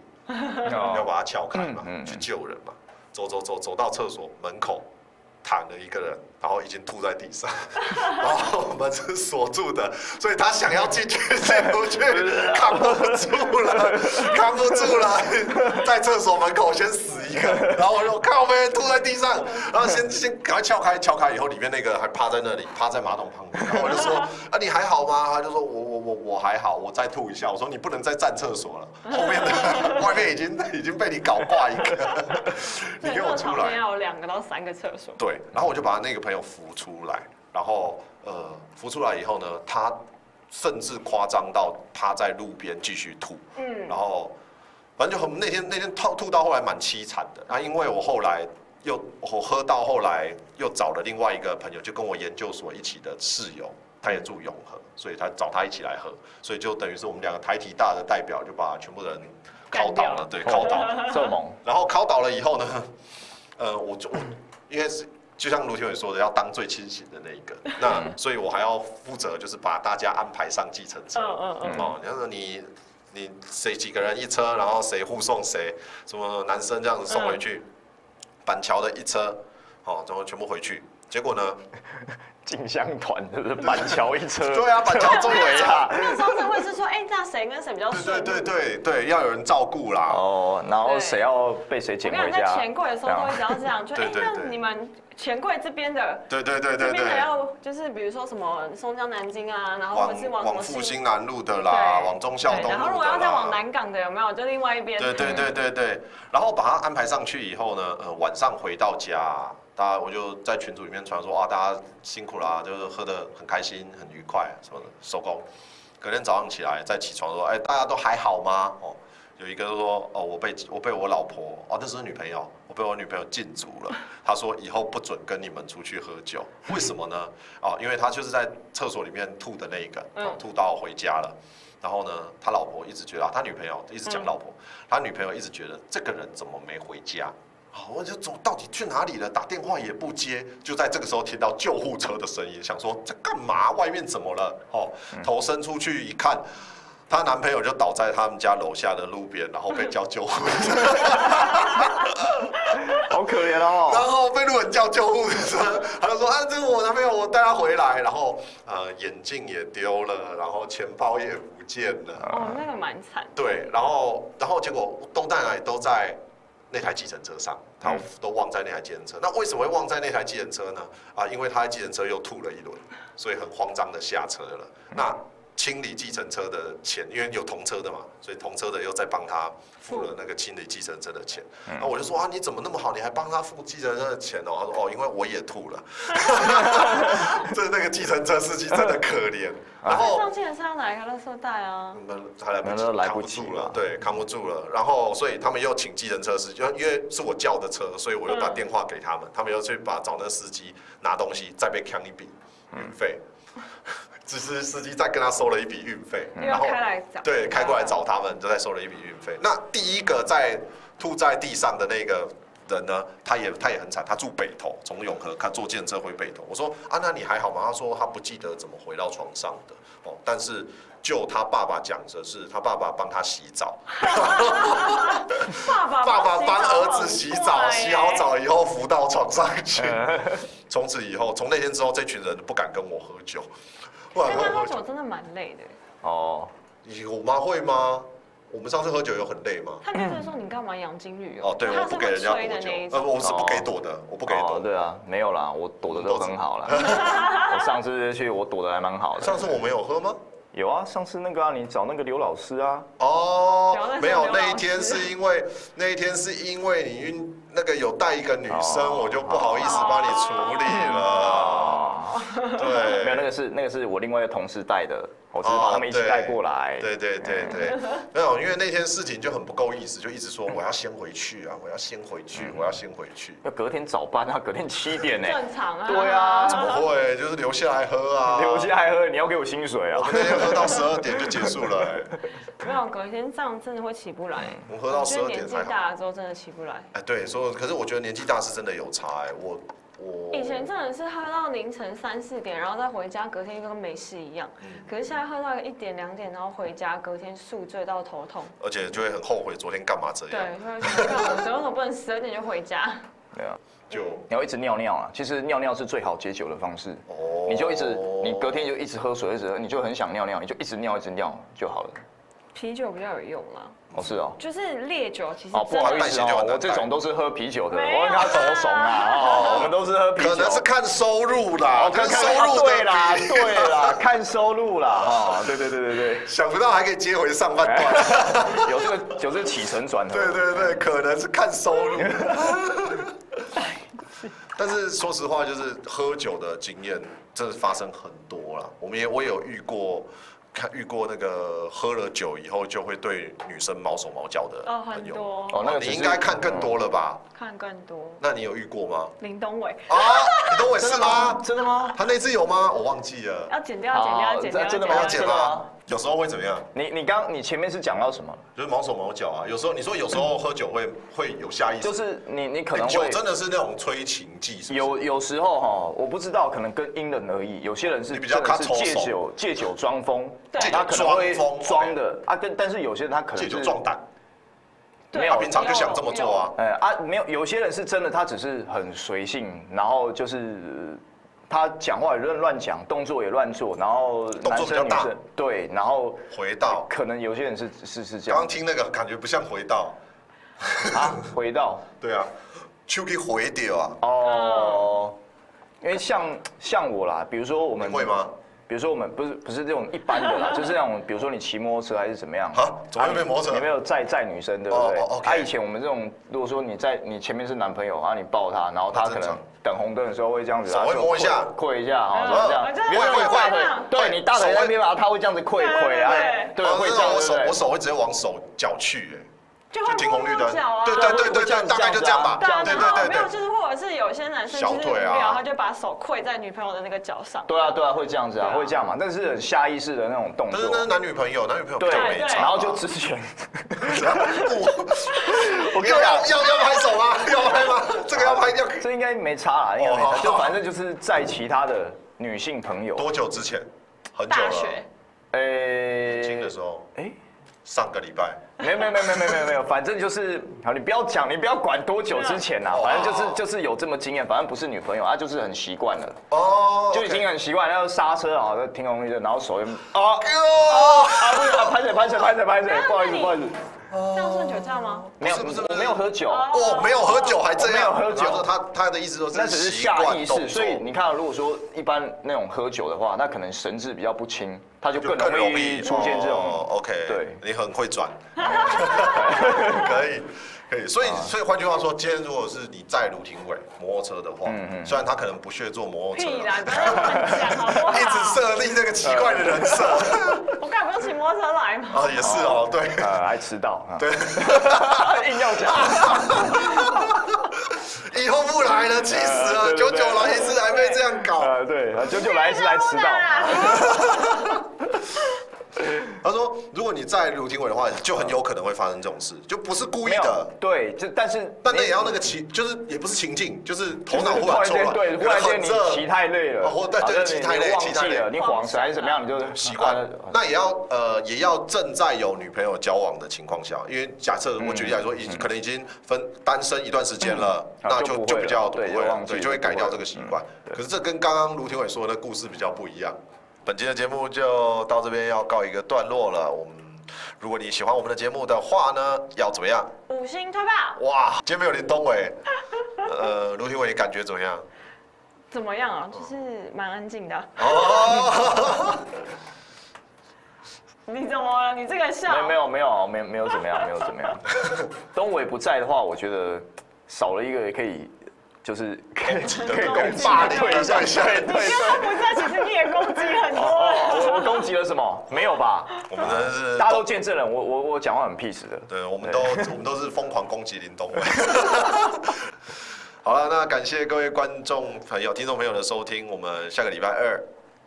Speaker 1: 要
Speaker 3: 哦
Speaker 1: 把它撬开嘛，
Speaker 3: 嗯嗯嗯
Speaker 1: 去救人嘛。走走走走到厕所门口，躺了一个人，然后已经吐在地上， [LAUGHS] 然后门是锁住的，所以他想要进去进不去，扛不住了，扛不住了，在厕所门口先死一个，然后我就靠呗，吐在地上，然后先先赶快撬开，撬开以后里面那个还趴在那里，趴在马桶旁边，然后我就说啊你还好吗？他就说我我我我还好，我再吐一下。我说你不能再占厕所了，后面的 [LAUGHS] 外面已经已经被你搞挂一个，你给我
Speaker 2: 厕所
Speaker 1: 出
Speaker 2: 旁
Speaker 1: 来
Speaker 2: 边。要有两个到三个厕所，
Speaker 1: 对，然后我就把那个朋友扶出来，然后呃扶出来以后呢，他甚至夸张到他在路边继续吐，
Speaker 2: 嗯
Speaker 1: 然后反正就很那天那天吐吐到后来蛮凄惨的。那、因为我后来又我喝到后来又找了另外一个朋友，就跟我研究所一起的室友，他也住永和，所以他找他一起来喝，所以就等于是我们两个台体大的代表就把全部人
Speaker 2: 干
Speaker 1: 靠倒
Speaker 2: 掉
Speaker 1: 了，
Speaker 2: [LAUGHS]
Speaker 1: 对， [LAUGHS] 靠倒了。
Speaker 3: 这猛，
Speaker 1: 然后考倒了以后呢，呃，我就我因为是就像卢天伟说的，要当最清醒的那一
Speaker 2: [LAUGHS]
Speaker 1: 个，那所以我还要负责就是把大家安排上计程车。
Speaker 2: 嗯嗯嗯，
Speaker 1: 哦，你要说你你谁几个人一车，然后谁护送谁，什么男生这样子送回去，
Speaker 2: 嗯
Speaker 1: 板桥的一车，哦，然后全部回去。结果呢？
Speaker 2: 哦
Speaker 3: 进香团是不是板桥一车？
Speaker 1: [LAUGHS] 对啊，板桥
Speaker 3: [LAUGHS]
Speaker 1: 周围啊，
Speaker 2: 那时候就会是 [LAUGHS] 说，哎、那谁跟谁比较
Speaker 1: 对
Speaker 2: 顺？
Speaker 1: 对对对对，要有人照顾啦。
Speaker 3: 哦，然后
Speaker 2: 对
Speaker 3: 谁要被谁
Speaker 2: 我
Speaker 3: 捡
Speaker 2: 跟你
Speaker 3: 回
Speaker 2: 讲，在
Speaker 3: 家？啊
Speaker 2: 钱柜的时候都会只要这样，就
Speaker 1: 对
Speaker 2: 哎、
Speaker 1: 对
Speaker 2: 那
Speaker 1: 对
Speaker 2: 你们钱柜这边的
Speaker 1: 对对对
Speaker 2: 这
Speaker 1: 对
Speaker 2: 边
Speaker 1: 对
Speaker 2: 的。要就是比如说什么松江南京啊，然后或
Speaker 1: 往
Speaker 2: 者是往啊什
Speaker 1: 往
Speaker 2: 么
Speaker 1: 复
Speaker 2: 新
Speaker 1: 兴南路的啦，
Speaker 2: 对
Speaker 1: 往忠孝
Speaker 2: 对，
Speaker 1: 东
Speaker 2: 然后如
Speaker 1: 路
Speaker 2: 果
Speaker 1: 的
Speaker 2: 要再往
Speaker 1: 啦。
Speaker 2: 南港的啊有没有？就另外一边。
Speaker 1: 对对对对对，然后把它安排上去以后呢，呃，晚上回到家，大家我就在群组里面传说啊，大家辛苦啦，就是喝的很开心，很愉快什么的，收工。隔天早上起来再起床说，哎，大家都还好吗？哦，有一个就说，哦，我被我被我老婆，哦，那时候女朋友，我被我女朋友禁足了。她说以后不准跟你们出去喝酒，为什么呢？哦，因为她就是在厕所里面吐的那一个，
Speaker 2: 嗯
Speaker 1: 哦吐到回家了。然后呢，他老婆一直觉得啊，他女朋友一直讲老婆，他女朋友一直觉得这个人怎么没回家？好，我就走到底去哪里了？打电话也不接，就在这个时候听到救护车的声音，想说这干嘛？外面怎么了？哦，头伸出去一看，她男朋友就倒在他们家楼下的路边，然后被叫救护车，
Speaker 3: [LAUGHS] 好可怜
Speaker 1: [LAUGHS] 然
Speaker 3: 哦。
Speaker 1: 后被路人叫救护车，他就说啊，这是我男朋友，我带他回来，然后呃，眼镜也丢了，然后钱包也不见了。
Speaker 2: 哦，那个蛮惨。
Speaker 1: 对，然后然后结果东大奶都在那台计程车上，他
Speaker 3: 嗯
Speaker 1: 都忘在那台计程车。那为什么会忘在那台计程车呢？啊，因为他在计程车又吐了一轮，所以很慌张的下车了。那清理计程车的钱，因为有同车的嘛，所以同车的又再帮他付了那个清理计程车的钱。然后我就说啊，你怎么那么好？你还帮他付计程车的钱哦？他说哦，因为我也吐了。 [LAUGHS] 这那个计程车司机真的可怜。然后
Speaker 2: 上健身要拿一个垃圾袋啊。
Speaker 1: 那他来不
Speaker 3: 那
Speaker 1: 及，
Speaker 3: 都来
Speaker 1: 扛
Speaker 3: 不
Speaker 1: 不
Speaker 3: 及
Speaker 1: 住
Speaker 3: 了
Speaker 1: 了，对，扛不住了。然后，所以他们又请计程车司机，因为是我叫的车，所以我又打
Speaker 2: 嗯
Speaker 1: 电话给他们，他们又去把找那司机拿东西，再被扛一笔运费。只是司机再跟他收了一笔运费，
Speaker 2: 因为
Speaker 1: 然后
Speaker 2: 开来找
Speaker 1: 对开过来找他们，就再收了一笔运费。那第一个在吐在地上的那个人呢，他也他也很惨，他住北投，从永和他坐电车回北投。我说啊，那你还好吗？他说他不记得怎么回到床上的哦，但是就他爸爸讲的是，他爸爸帮他洗澡，
Speaker 2: 爸爸
Speaker 1: 爸爸
Speaker 2: 洗
Speaker 1: 帮
Speaker 2: 澡欸
Speaker 1: 儿
Speaker 2: 很
Speaker 1: 子洗
Speaker 2: 快
Speaker 1: 澡，洗好
Speaker 2: 耶。
Speaker 1: 澡以后扶到床上
Speaker 2: [LAUGHS]
Speaker 1: 去。从此以后，从那天之后，这群人不敢跟我喝酒，不敢
Speaker 2: 但
Speaker 1: 跟
Speaker 2: 他
Speaker 1: 我喝
Speaker 2: 喝
Speaker 1: 酒
Speaker 2: 酒。真的蛮累的。欸
Speaker 3: 哦，
Speaker 1: 你我妈会吗？我们上次喝酒有很累吗？
Speaker 2: 他就是说你干嘛养金鱼
Speaker 1: 哦，对，
Speaker 2: 他
Speaker 1: 我
Speaker 2: 是
Speaker 1: 不给人家躲
Speaker 2: 会吹的
Speaker 1: 酒
Speaker 2: 那一，
Speaker 1: 呃，
Speaker 2: 种。
Speaker 1: 我是不给躲的，我不给
Speaker 3: 哦，
Speaker 1: 躲。
Speaker 3: 对啊，没有啦，我躲的都很好
Speaker 1: [LAUGHS]
Speaker 3: 啦。我上次去，我躲的还蛮好的。
Speaker 1: 上次我们有喝吗？
Speaker 3: 有啊，上次那个啊，你找那个刘老师啊，
Speaker 2: 聊
Speaker 1: 哦
Speaker 2: 得，
Speaker 1: 没有，
Speaker 2: 像刘
Speaker 1: 那一
Speaker 2: 老
Speaker 1: 天
Speaker 2: 师
Speaker 1: 是因为 [LAUGHS] 那一天是因为你晕那个有带一个女生，
Speaker 3: 哦
Speaker 1: 我就不好意思帮你处理了。啊对，
Speaker 3: 哦
Speaker 1: 啊
Speaker 3: 没有，那个是那个是我另外一个同事带的，我只是把他们一起带过来。
Speaker 1: 对对对对，
Speaker 2: 嗯
Speaker 1: 没有，因为那天事情就很不够意思，就一直说我要先回去啊，我要先回去，我要先回
Speaker 2: [LAUGHS]
Speaker 1: 去。
Speaker 3: 要隔天早班啊， [LAUGHS] 隔天七点呢、
Speaker 2: 正常啊。
Speaker 3: 对啊
Speaker 1: 呃怎么会？就是留下来喝啊，
Speaker 3: [LAUGHS] 留下来喝，你要给我薪水
Speaker 1: 我
Speaker 3: 啊！
Speaker 1: 们那天喝到十二点就结束了、
Speaker 3: [LAUGHS]
Speaker 1: 哎
Speaker 2: 没有隔天这样真的会起不来。
Speaker 1: 我们喝到
Speaker 2: 我觉
Speaker 1: 十
Speaker 2: 得
Speaker 1: 二
Speaker 2: 年
Speaker 1: 点
Speaker 2: 纪
Speaker 1: 才好。
Speaker 2: 大了之后真的起不来。
Speaker 1: 哎，对，所以可是我觉得年纪大是真的有差、哎，我我
Speaker 2: 以前真的是喝到凌晨三四点，然后再回家，隔天就跟没事一样。
Speaker 1: 嗯
Speaker 2: 可是现在喝到一点两点，然后回家，隔天宿醉到头痛。
Speaker 1: 而且就会很后悔昨天干嘛这样，
Speaker 2: 对，就会觉得我为什么不能十二点就回家？ [LAUGHS]
Speaker 3: 对啊，
Speaker 1: 就
Speaker 3: 你要一直尿尿啊，其实尿尿是最好解酒的方式。
Speaker 1: 哦
Speaker 3: 你就一直，你隔天就一直喝水，一直喝，你就很想尿尿，你就一直尿一直尿就好了。
Speaker 2: 啤酒比较有用啦，
Speaker 3: 哦，是哦。
Speaker 2: 就是烈酒其实
Speaker 3: 哦，不
Speaker 2: 真
Speaker 3: 好
Speaker 2: 的
Speaker 3: 意
Speaker 1: 代
Speaker 3: 思
Speaker 1: 谢就
Speaker 3: 哦
Speaker 1: 很，难
Speaker 3: 我这种都是喝啤酒的，
Speaker 2: 没有啊
Speaker 3: 我跟他走怂啊，哦，
Speaker 1: [LAUGHS]
Speaker 3: 我们都是喝啤酒。
Speaker 1: 可能是看收入啦，
Speaker 3: 哦，
Speaker 1: 可
Speaker 3: 看
Speaker 1: 是
Speaker 3: 看
Speaker 1: 收入
Speaker 3: 对
Speaker 1: 的
Speaker 3: 啦，
Speaker 1: 比
Speaker 3: 对啦， [LAUGHS] 看收
Speaker 1: [LAUGHS]
Speaker 3: 入啦，哦，对对对对对。
Speaker 1: 想不到还可以接回上
Speaker 3: [LAUGHS]
Speaker 1: 半段。
Speaker 3: 有这个有这个起承转合。
Speaker 1: 对对对，可能是看收
Speaker 3: [LAUGHS]
Speaker 1: 入。但是说实话，就是喝酒的经验真的发生很多了。我们也我也有遇过，看遇过那个喝了酒以后就会对女生毛手毛脚的
Speaker 2: 哦
Speaker 1: 朋
Speaker 2: 很
Speaker 1: 友。
Speaker 2: 多。
Speaker 3: 哦，那个只
Speaker 1: 你
Speaker 3: 是哦
Speaker 1: 应该看更。多了吧？
Speaker 2: 看更多，
Speaker 1: 那你有遇过吗？
Speaker 2: 林东伟
Speaker 1: 啊，你懂我是吗？
Speaker 3: 真的吗？
Speaker 1: 他那次有吗？我忘记了。
Speaker 2: 要剪掉，剪掉，
Speaker 3: 哦
Speaker 2: 剪掉，
Speaker 3: 真的吗
Speaker 1: 要
Speaker 2: 掉
Speaker 1: 剪
Speaker 3: 真的
Speaker 1: 吗
Speaker 3: 吗？
Speaker 1: 有时候会怎么样？
Speaker 3: 你你刚你前面是讲到什么？
Speaker 1: 就是毛手毛脚啊。有时候你说有时候喝酒会会有下意识，
Speaker 3: 就是你你可
Speaker 1: 欸
Speaker 3: 能
Speaker 1: 酒
Speaker 3: 会
Speaker 1: 真的是那种催情剂，是不是
Speaker 3: 有有时候哈，我不知道，可能跟因人而异。有些人是
Speaker 1: 你比较
Speaker 3: 真的是
Speaker 1: 看抽
Speaker 3: 借
Speaker 1: 手
Speaker 3: 酒借酒装疯，
Speaker 2: 对
Speaker 3: 他可能
Speaker 1: 借
Speaker 3: 会
Speaker 1: 酒装疯哎
Speaker 3: 装的啊，跟但是有些人他可能
Speaker 1: 借酒
Speaker 3: 是哦
Speaker 1: 壮胆。
Speaker 2: 对
Speaker 3: 没有
Speaker 1: 他平常就想这么做啊。
Speaker 3: 哎啊，没有，有些人是真的，他只是很随性，然后就是呃他讲话也乱乱讲，动作也乱做，然后
Speaker 1: 作
Speaker 3: 男
Speaker 1: 比较
Speaker 3: 生女
Speaker 1: 大
Speaker 3: 生对，然后
Speaker 1: 回到
Speaker 3: 可能有些人是是是这
Speaker 1: 刚
Speaker 3: 样
Speaker 1: 刚听那个感觉不像回到，
Speaker 3: 啊，回到
Speaker 1: 对啊，就给回掉啊，
Speaker 3: 哦，因为像像我啦，比如说我
Speaker 1: 你
Speaker 3: 们
Speaker 1: 会吗？？
Speaker 3: 比如说我们不是不是这种一般
Speaker 1: [LAUGHS]
Speaker 3: 的啦，就是那种比如说你骑摩托车还是怎么样
Speaker 1: 啊怎么会被摩托车
Speaker 3: 你你没有载载女生对不
Speaker 1: 哦
Speaker 3: 对？
Speaker 1: 哦，OK
Speaker 3: 啊，以前我们这种如果说你在你前面是男朋友，然后你抱他，然后他
Speaker 1: 那
Speaker 3: 可
Speaker 1: 正
Speaker 3: 能
Speaker 1: 常
Speaker 3: 等红灯的时候会这样子，啊
Speaker 1: 手会
Speaker 3: 他就
Speaker 1: 摸一下
Speaker 3: 跪跪一下哈，
Speaker 2: 嗯
Speaker 3: 哦就是这样
Speaker 2: 我知道。
Speaker 3: 比如说
Speaker 1: 啊会
Speaker 3: 你
Speaker 1: 会
Speaker 3: 大
Speaker 1: 会
Speaker 3: 腿，
Speaker 1: 会
Speaker 3: 对你大腿
Speaker 1: 手
Speaker 3: 在
Speaker 1: 会
Speaker 3: 那边嘛，他会这样子跪
Speaker 2: 对
Speaker 3: 跪啊
Speaker 2: 对，
Speaker 3: 对，
Speaker 1: 啊
Speaker 3: 会
Speaker 1: 那
Speaker 3: 这
Speaker 1: 种
Speaker 3: 样
Speaker 1: 我
Speaker 3: 对
Speaker 1: 手
Speaker 3: 不对
Speaker 1: 我手会直接往手脚去，
Speaker 2: 就
Speaker 1: 哎，
Speaker 2: 会
Speaker 1: 就停红绿灯
Speaker 2: 摸摸脚，啊，
Speaker 1: 对
Speaker 3: 对
Speaker 1: 对对对
Speaker 3: 会这样
Speaker 1: 对，
Speaker 3: 子
Speaker 1: 大概就这样吧，
Speaker 2: 对啊，
Speaker 1: 对
Speaker 2: 然
Speaker 1: 对
Speaker 2: 后
Speaker 1: 对
Speaker 2: 没有，
Speaker 1: 对，
Speaker 2: 就是或者是有些男生
Speaker 1: 小
Speaker 2: 就是无
Speaker 1: 腿啊
Speaker 2: 聊，他就把手跪在女朋友的那个脚上。
Speaker 3: 对啊对啊，会这样子啊
Speaker 2: 对，啊
Speaker 3: 会这样嘛，但是很下意识的那种动
Speaker 1: 但是那是
Speaker 3: 作，
Speaker 1: 男女朋友，男女朋友比
Speaker 3: 对
Speaker 1: 较没啊
Speaker 2: 对
Speaker 1: 差，
Speaker 3: 然
Speaker 1: [LAUGHS]
Speaker 3: 后就之前，
Speaker 1: 我跟你讲，要要拍手吗？ [LAUGHS] 要拍吗？这个要拍要
Speaker 3: [LAUGHS] 这应该没差啦，应该没
Speaker 1: 哦好
Speaker 3: 差，
Speaker 1: 好
Speaker 3: 就反正就是在其他的女性朋友，
Speaker 1: 多久之前？很久
Speaker 2: 大
Speaker 1: 了，
Speaker 2: 学
Speaker 3: 诶，
Speaker 1: 新的时候，
Speaker 3: 哎，
Speaker 1: 上个礼拜。
Speaker 3: 没有没有没有没有没有没有没有，反正就是好，你不要讲，你不要管多久之前呐、
Speaker 1: 对啊
Speaker 3: 反正就
Speaker 1: 哦
Speaker 3: 是就是有这么经验，反正不是女朋友，啊，就是很习惯了，
Speaker 1: 哦，
Speaker 3: 就已经很习惯，然后刹车啊，就停红绿灯，然后手又哦
Speaker 1: OK 哦，
Speaker 3: 啊不是啊，拍水拍水拍水拍水
Speaker 2: 没有，
Speaker 3: 不好意
Speaker 2: 那
Speaker 3: 思
Speaker 2: 你
Speaker 3: 不好意思，
Speaker 2: 这样算酒驾吗？
Speaker 3: 没有
Speaker 1: 不是不是
Speaker 3: 我没有喝酒，
Speaker 2: 哦
Speaker 1: 哦，没有喝酒还这样，
Speaker 3: 哦我没有喝酒
Speaker 1: 然后他他的意思说
Speaker 3: 那只是下意识，所以你
Speaker 1: 看
Speaker 3: 看啊，如果说一般那种喝酒的话，那可能神志比较不清，他就
Speaker 1: 就
Speaker 3: 更
Speaker 1: 更容
Speaker 3: 容易
Speaker 1: 易
Speaker 3: 出现这
Speaker 1: 哦
Speaker 3: 种
Speaker 1: OK，
Speaker 3: 对
Speaker 1: 你很会转， [LAUGHS] 可以可以，所
Speaker 3: 啊
Speaker 1: 以所以换句话说，今天如果是你载卢廷伟摩托车的话，
Speaker 3: 嗯
Speaker 1: 虽然他可能不屑坐摩托车
Speaker 2: 屁，啦，不要乱讲好不好？
Speaker 1: [LAUGHS] 一直设立这个奇怪的人设
Speaker 3: [LAUGHS]
Speaker 2: 我刚才不是骑摩托车来
Speaker 1: [LAUGHS]
Speaker 2: 吗？
Speaker 1: 啊，也是哦，对。
Speaker 3: 呃，还迟到，啊
Speaker 1: 对，
Speaker 3: [LAUGHS]
Speaker 2: [LAUGHS]
Speaker 3: 硬要讲，
Speaker 1: 以后不来了，气死了！
Speaker 3: 呃
Speaker 1: 九
Speaker 3: 对对
Speaker 1: 九来一次还被这样搞，
Speaker 3: 呃，对，啊九九来是来迟到。
Speaker 2: 啊
Speaker 1: 他说，如果你在卢廷伟的话，就很有可能会发生这种事，就不是 [LAUGHS] 故意
Speaker 3: 没
Speaker 1: 的
Speaker 3: 有，，对，就但是
Speaker 1: 但那
Speaker 3: 你
Speaker 1: 也要那个情，就是也不是情境，就是头
Speaker 3: 就是
Speaker 1: 脑忽
Speaker 3: 突
Speaker 1: 然
Speaker 3: 然
Speaker 1: 错
Speaker 3: 间
Speaker 1: 乱，可
Speaker 3: 对，忽
Speaker 1: 能
Speaker 3: 然
Speaker 1: 哦很
Speaker 3: 间你
Speaker 1: 热
Speaker 3: 骑太累了，
Speaker 1: 哦或对对
Speaker 3: 反正
Speaker 1: 骑
Speaker 3: 你
Speaker 1: 太累
Speaker 3: 你忘
Speaker 1: 骑太
Speaker 3: 记
Speaker 1: 累
Speaker 3: 了，你晃神还是怎么样，你就是
Speaker 1: 习惯
Speaker 3: 啊，
Speaker 1: 那也要呃，也要正在有女朋友交往的情况下，因为假设我举例来说，已可能已经分单身一段时间了，
Speaker 3: 嗯
Speaker 1: 那
Speaker 3: 啊
Speaker 1: 就
Speaker 3: 就不会
Speaker 1: 就比较
Speaker 3: 了
Speaker 1: 不
Speaker 3: 对
Speaker 1: 会
Speaker 3: 就
Speaker 1: 了
Speaker 3: 忘，记
Speaker 1: 对，
Speaker 3: 了
Speaker 1: 就会
Speaker 3: 就
Speaker 1: 改
Speaker 3: 不
Speaker 1: 掉
Speaker 3: 会
Speaker 1: 这个习惯
Speaker 3: 嗯。对
Speaker 1: 可是这跟刚刚卢廷伟说的故事比较不一样。本期的节目就到这边要告一个段落了。我们如果你喜欢我们的节目的话呢，要怎么样？
Speaker 2: 五星推爆
Speaker 1: 哇，今天没有林东伟，呃，卢廷伟你感觉怎么样？
Speaker 2: 怎么样啊？就是蛮安静的。
Speaker 1: 哦，
Speaker 2: [LAUGHS] 你怎么了？你这个笑
Speaker 3: [LAUGHS] 没有没有没有没有没有怎么样，没有
Speaker 1: [LAUGHS]
Speaker 3: 怎么样。东伟不在的话，我觉得少了一个也可以，就是
Speaker 1: 攻击的
Speaker 3: 可以
Speaker 1: 那
Speaker 3: 攻
Speaker 1: 个
Speaker 3: 击
Speaker 1: 击
Speaker 3: 霸
Speaker 1: 力
Speaker 3: 退一下，
Speaker 1: 对
Speaker 3: 对对对。
Speaker 2: 他不在，其实你也攻击很多人。
Speaker 3: 哦哦，我我攻击了什么？没有吧？
Speaker 1: 我们真的是
Speaker 3: 大家都见证了，我我我讲话很 peace 的。
Speaker 1: 对，我们都我们都是疯狂攻击林东伟。 [LAUGHS] 好了，那感谢各位观众朋友、听众朋友的收听，我们下个礼拜二。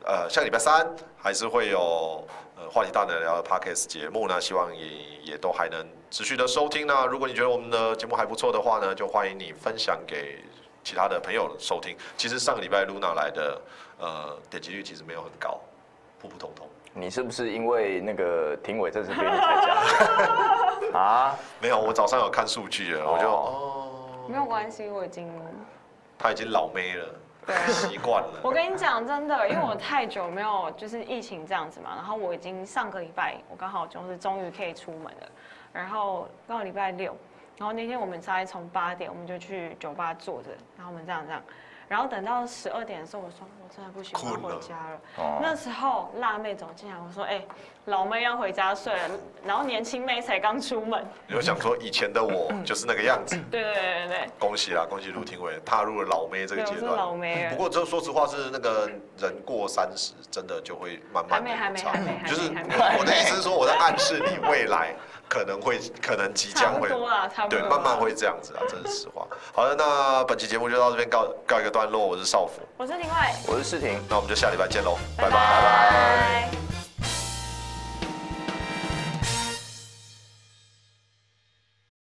Speaker 1: 呃，下个礼拜三还是会有呃话题大胆聊的 podcast 节目呢，希望也也都还能持续的收听呢。如果你觉得我们的节目还不错的话呢，就欢迎你分享给其他的朋友收听。其实上个礼拜 Luna 来的呃点击率其实没有很高，普普通通。
Speaker 3: 你是不是因为那个庭委在这边你才讲 [LAUGHS] 啊？
Speaker 1: 没有，我早上有看数据了，我就哦，
Speaker 2: [LAUGHS] 没有关系，我已经。
Speaker 1: 他已经老妹了，
Speaker 2: 对啊
Speaker 1: 习惯了。
Speaker 2: [LAUGHS] 我跟你讲，真的，因为我太久没有就是疫情这样子嘛，然后我已经上个礼拜，我刚好就是终于可以出门了，然后刚好礼拜六，然后那天我们才从八点我们就去酒吧坐着，然后我们这样这样，然后等到十二点的时候，我说我真的不行，我要
Speaker 1: 困了
Speaker 2: 回家了。
Speaker 3: 哦
Speaker 2: 那时候辣妹走进来，我说哎、老妹要回家睡了，然后年轻妹才刚出门，
Speaker 1: 你就想说以前的我就是那个样子，
Speaker 2: 对对对对对。
Speaker 1: 恭喜啦，恭喜卢廷伟踏入了老妹这个
Speaker 2: 对，我
Speaker 1: 阶
Speaker 2: 是老
Speaker 1: 段。
Speaker 2: 妹
Speaker 1: 不
Speaker 2: 了，
Speaker 1: 过这说实话是那个人过三十，真的就会慢慢的
Speaker 2: 还没还没还没
Speaker 1: 就是
Speaker 2: 还没还
Speaker 1: 我的意思是说我在暗示你未来可能会可能即
Speaker 2: 差
Speaker 1: 将
Speaker 2: 不
Speaker 1: 会
Speaker 2: 多啦，差不多
Speaker 1: 对
Speaker 2: 啦。
Speaker 1: 慢慢会这样子啊，这是实话。好了，那本期节目就到这边告告一个段落，我是少辅，
Speaker 2: 我是另外，
Speaker 3: 我是世廷。
Speaker 1: 那我们就下礼拜见喽，拜
Speaker 2: 拜
Speaker 1: 拜
Speaker 2: 拜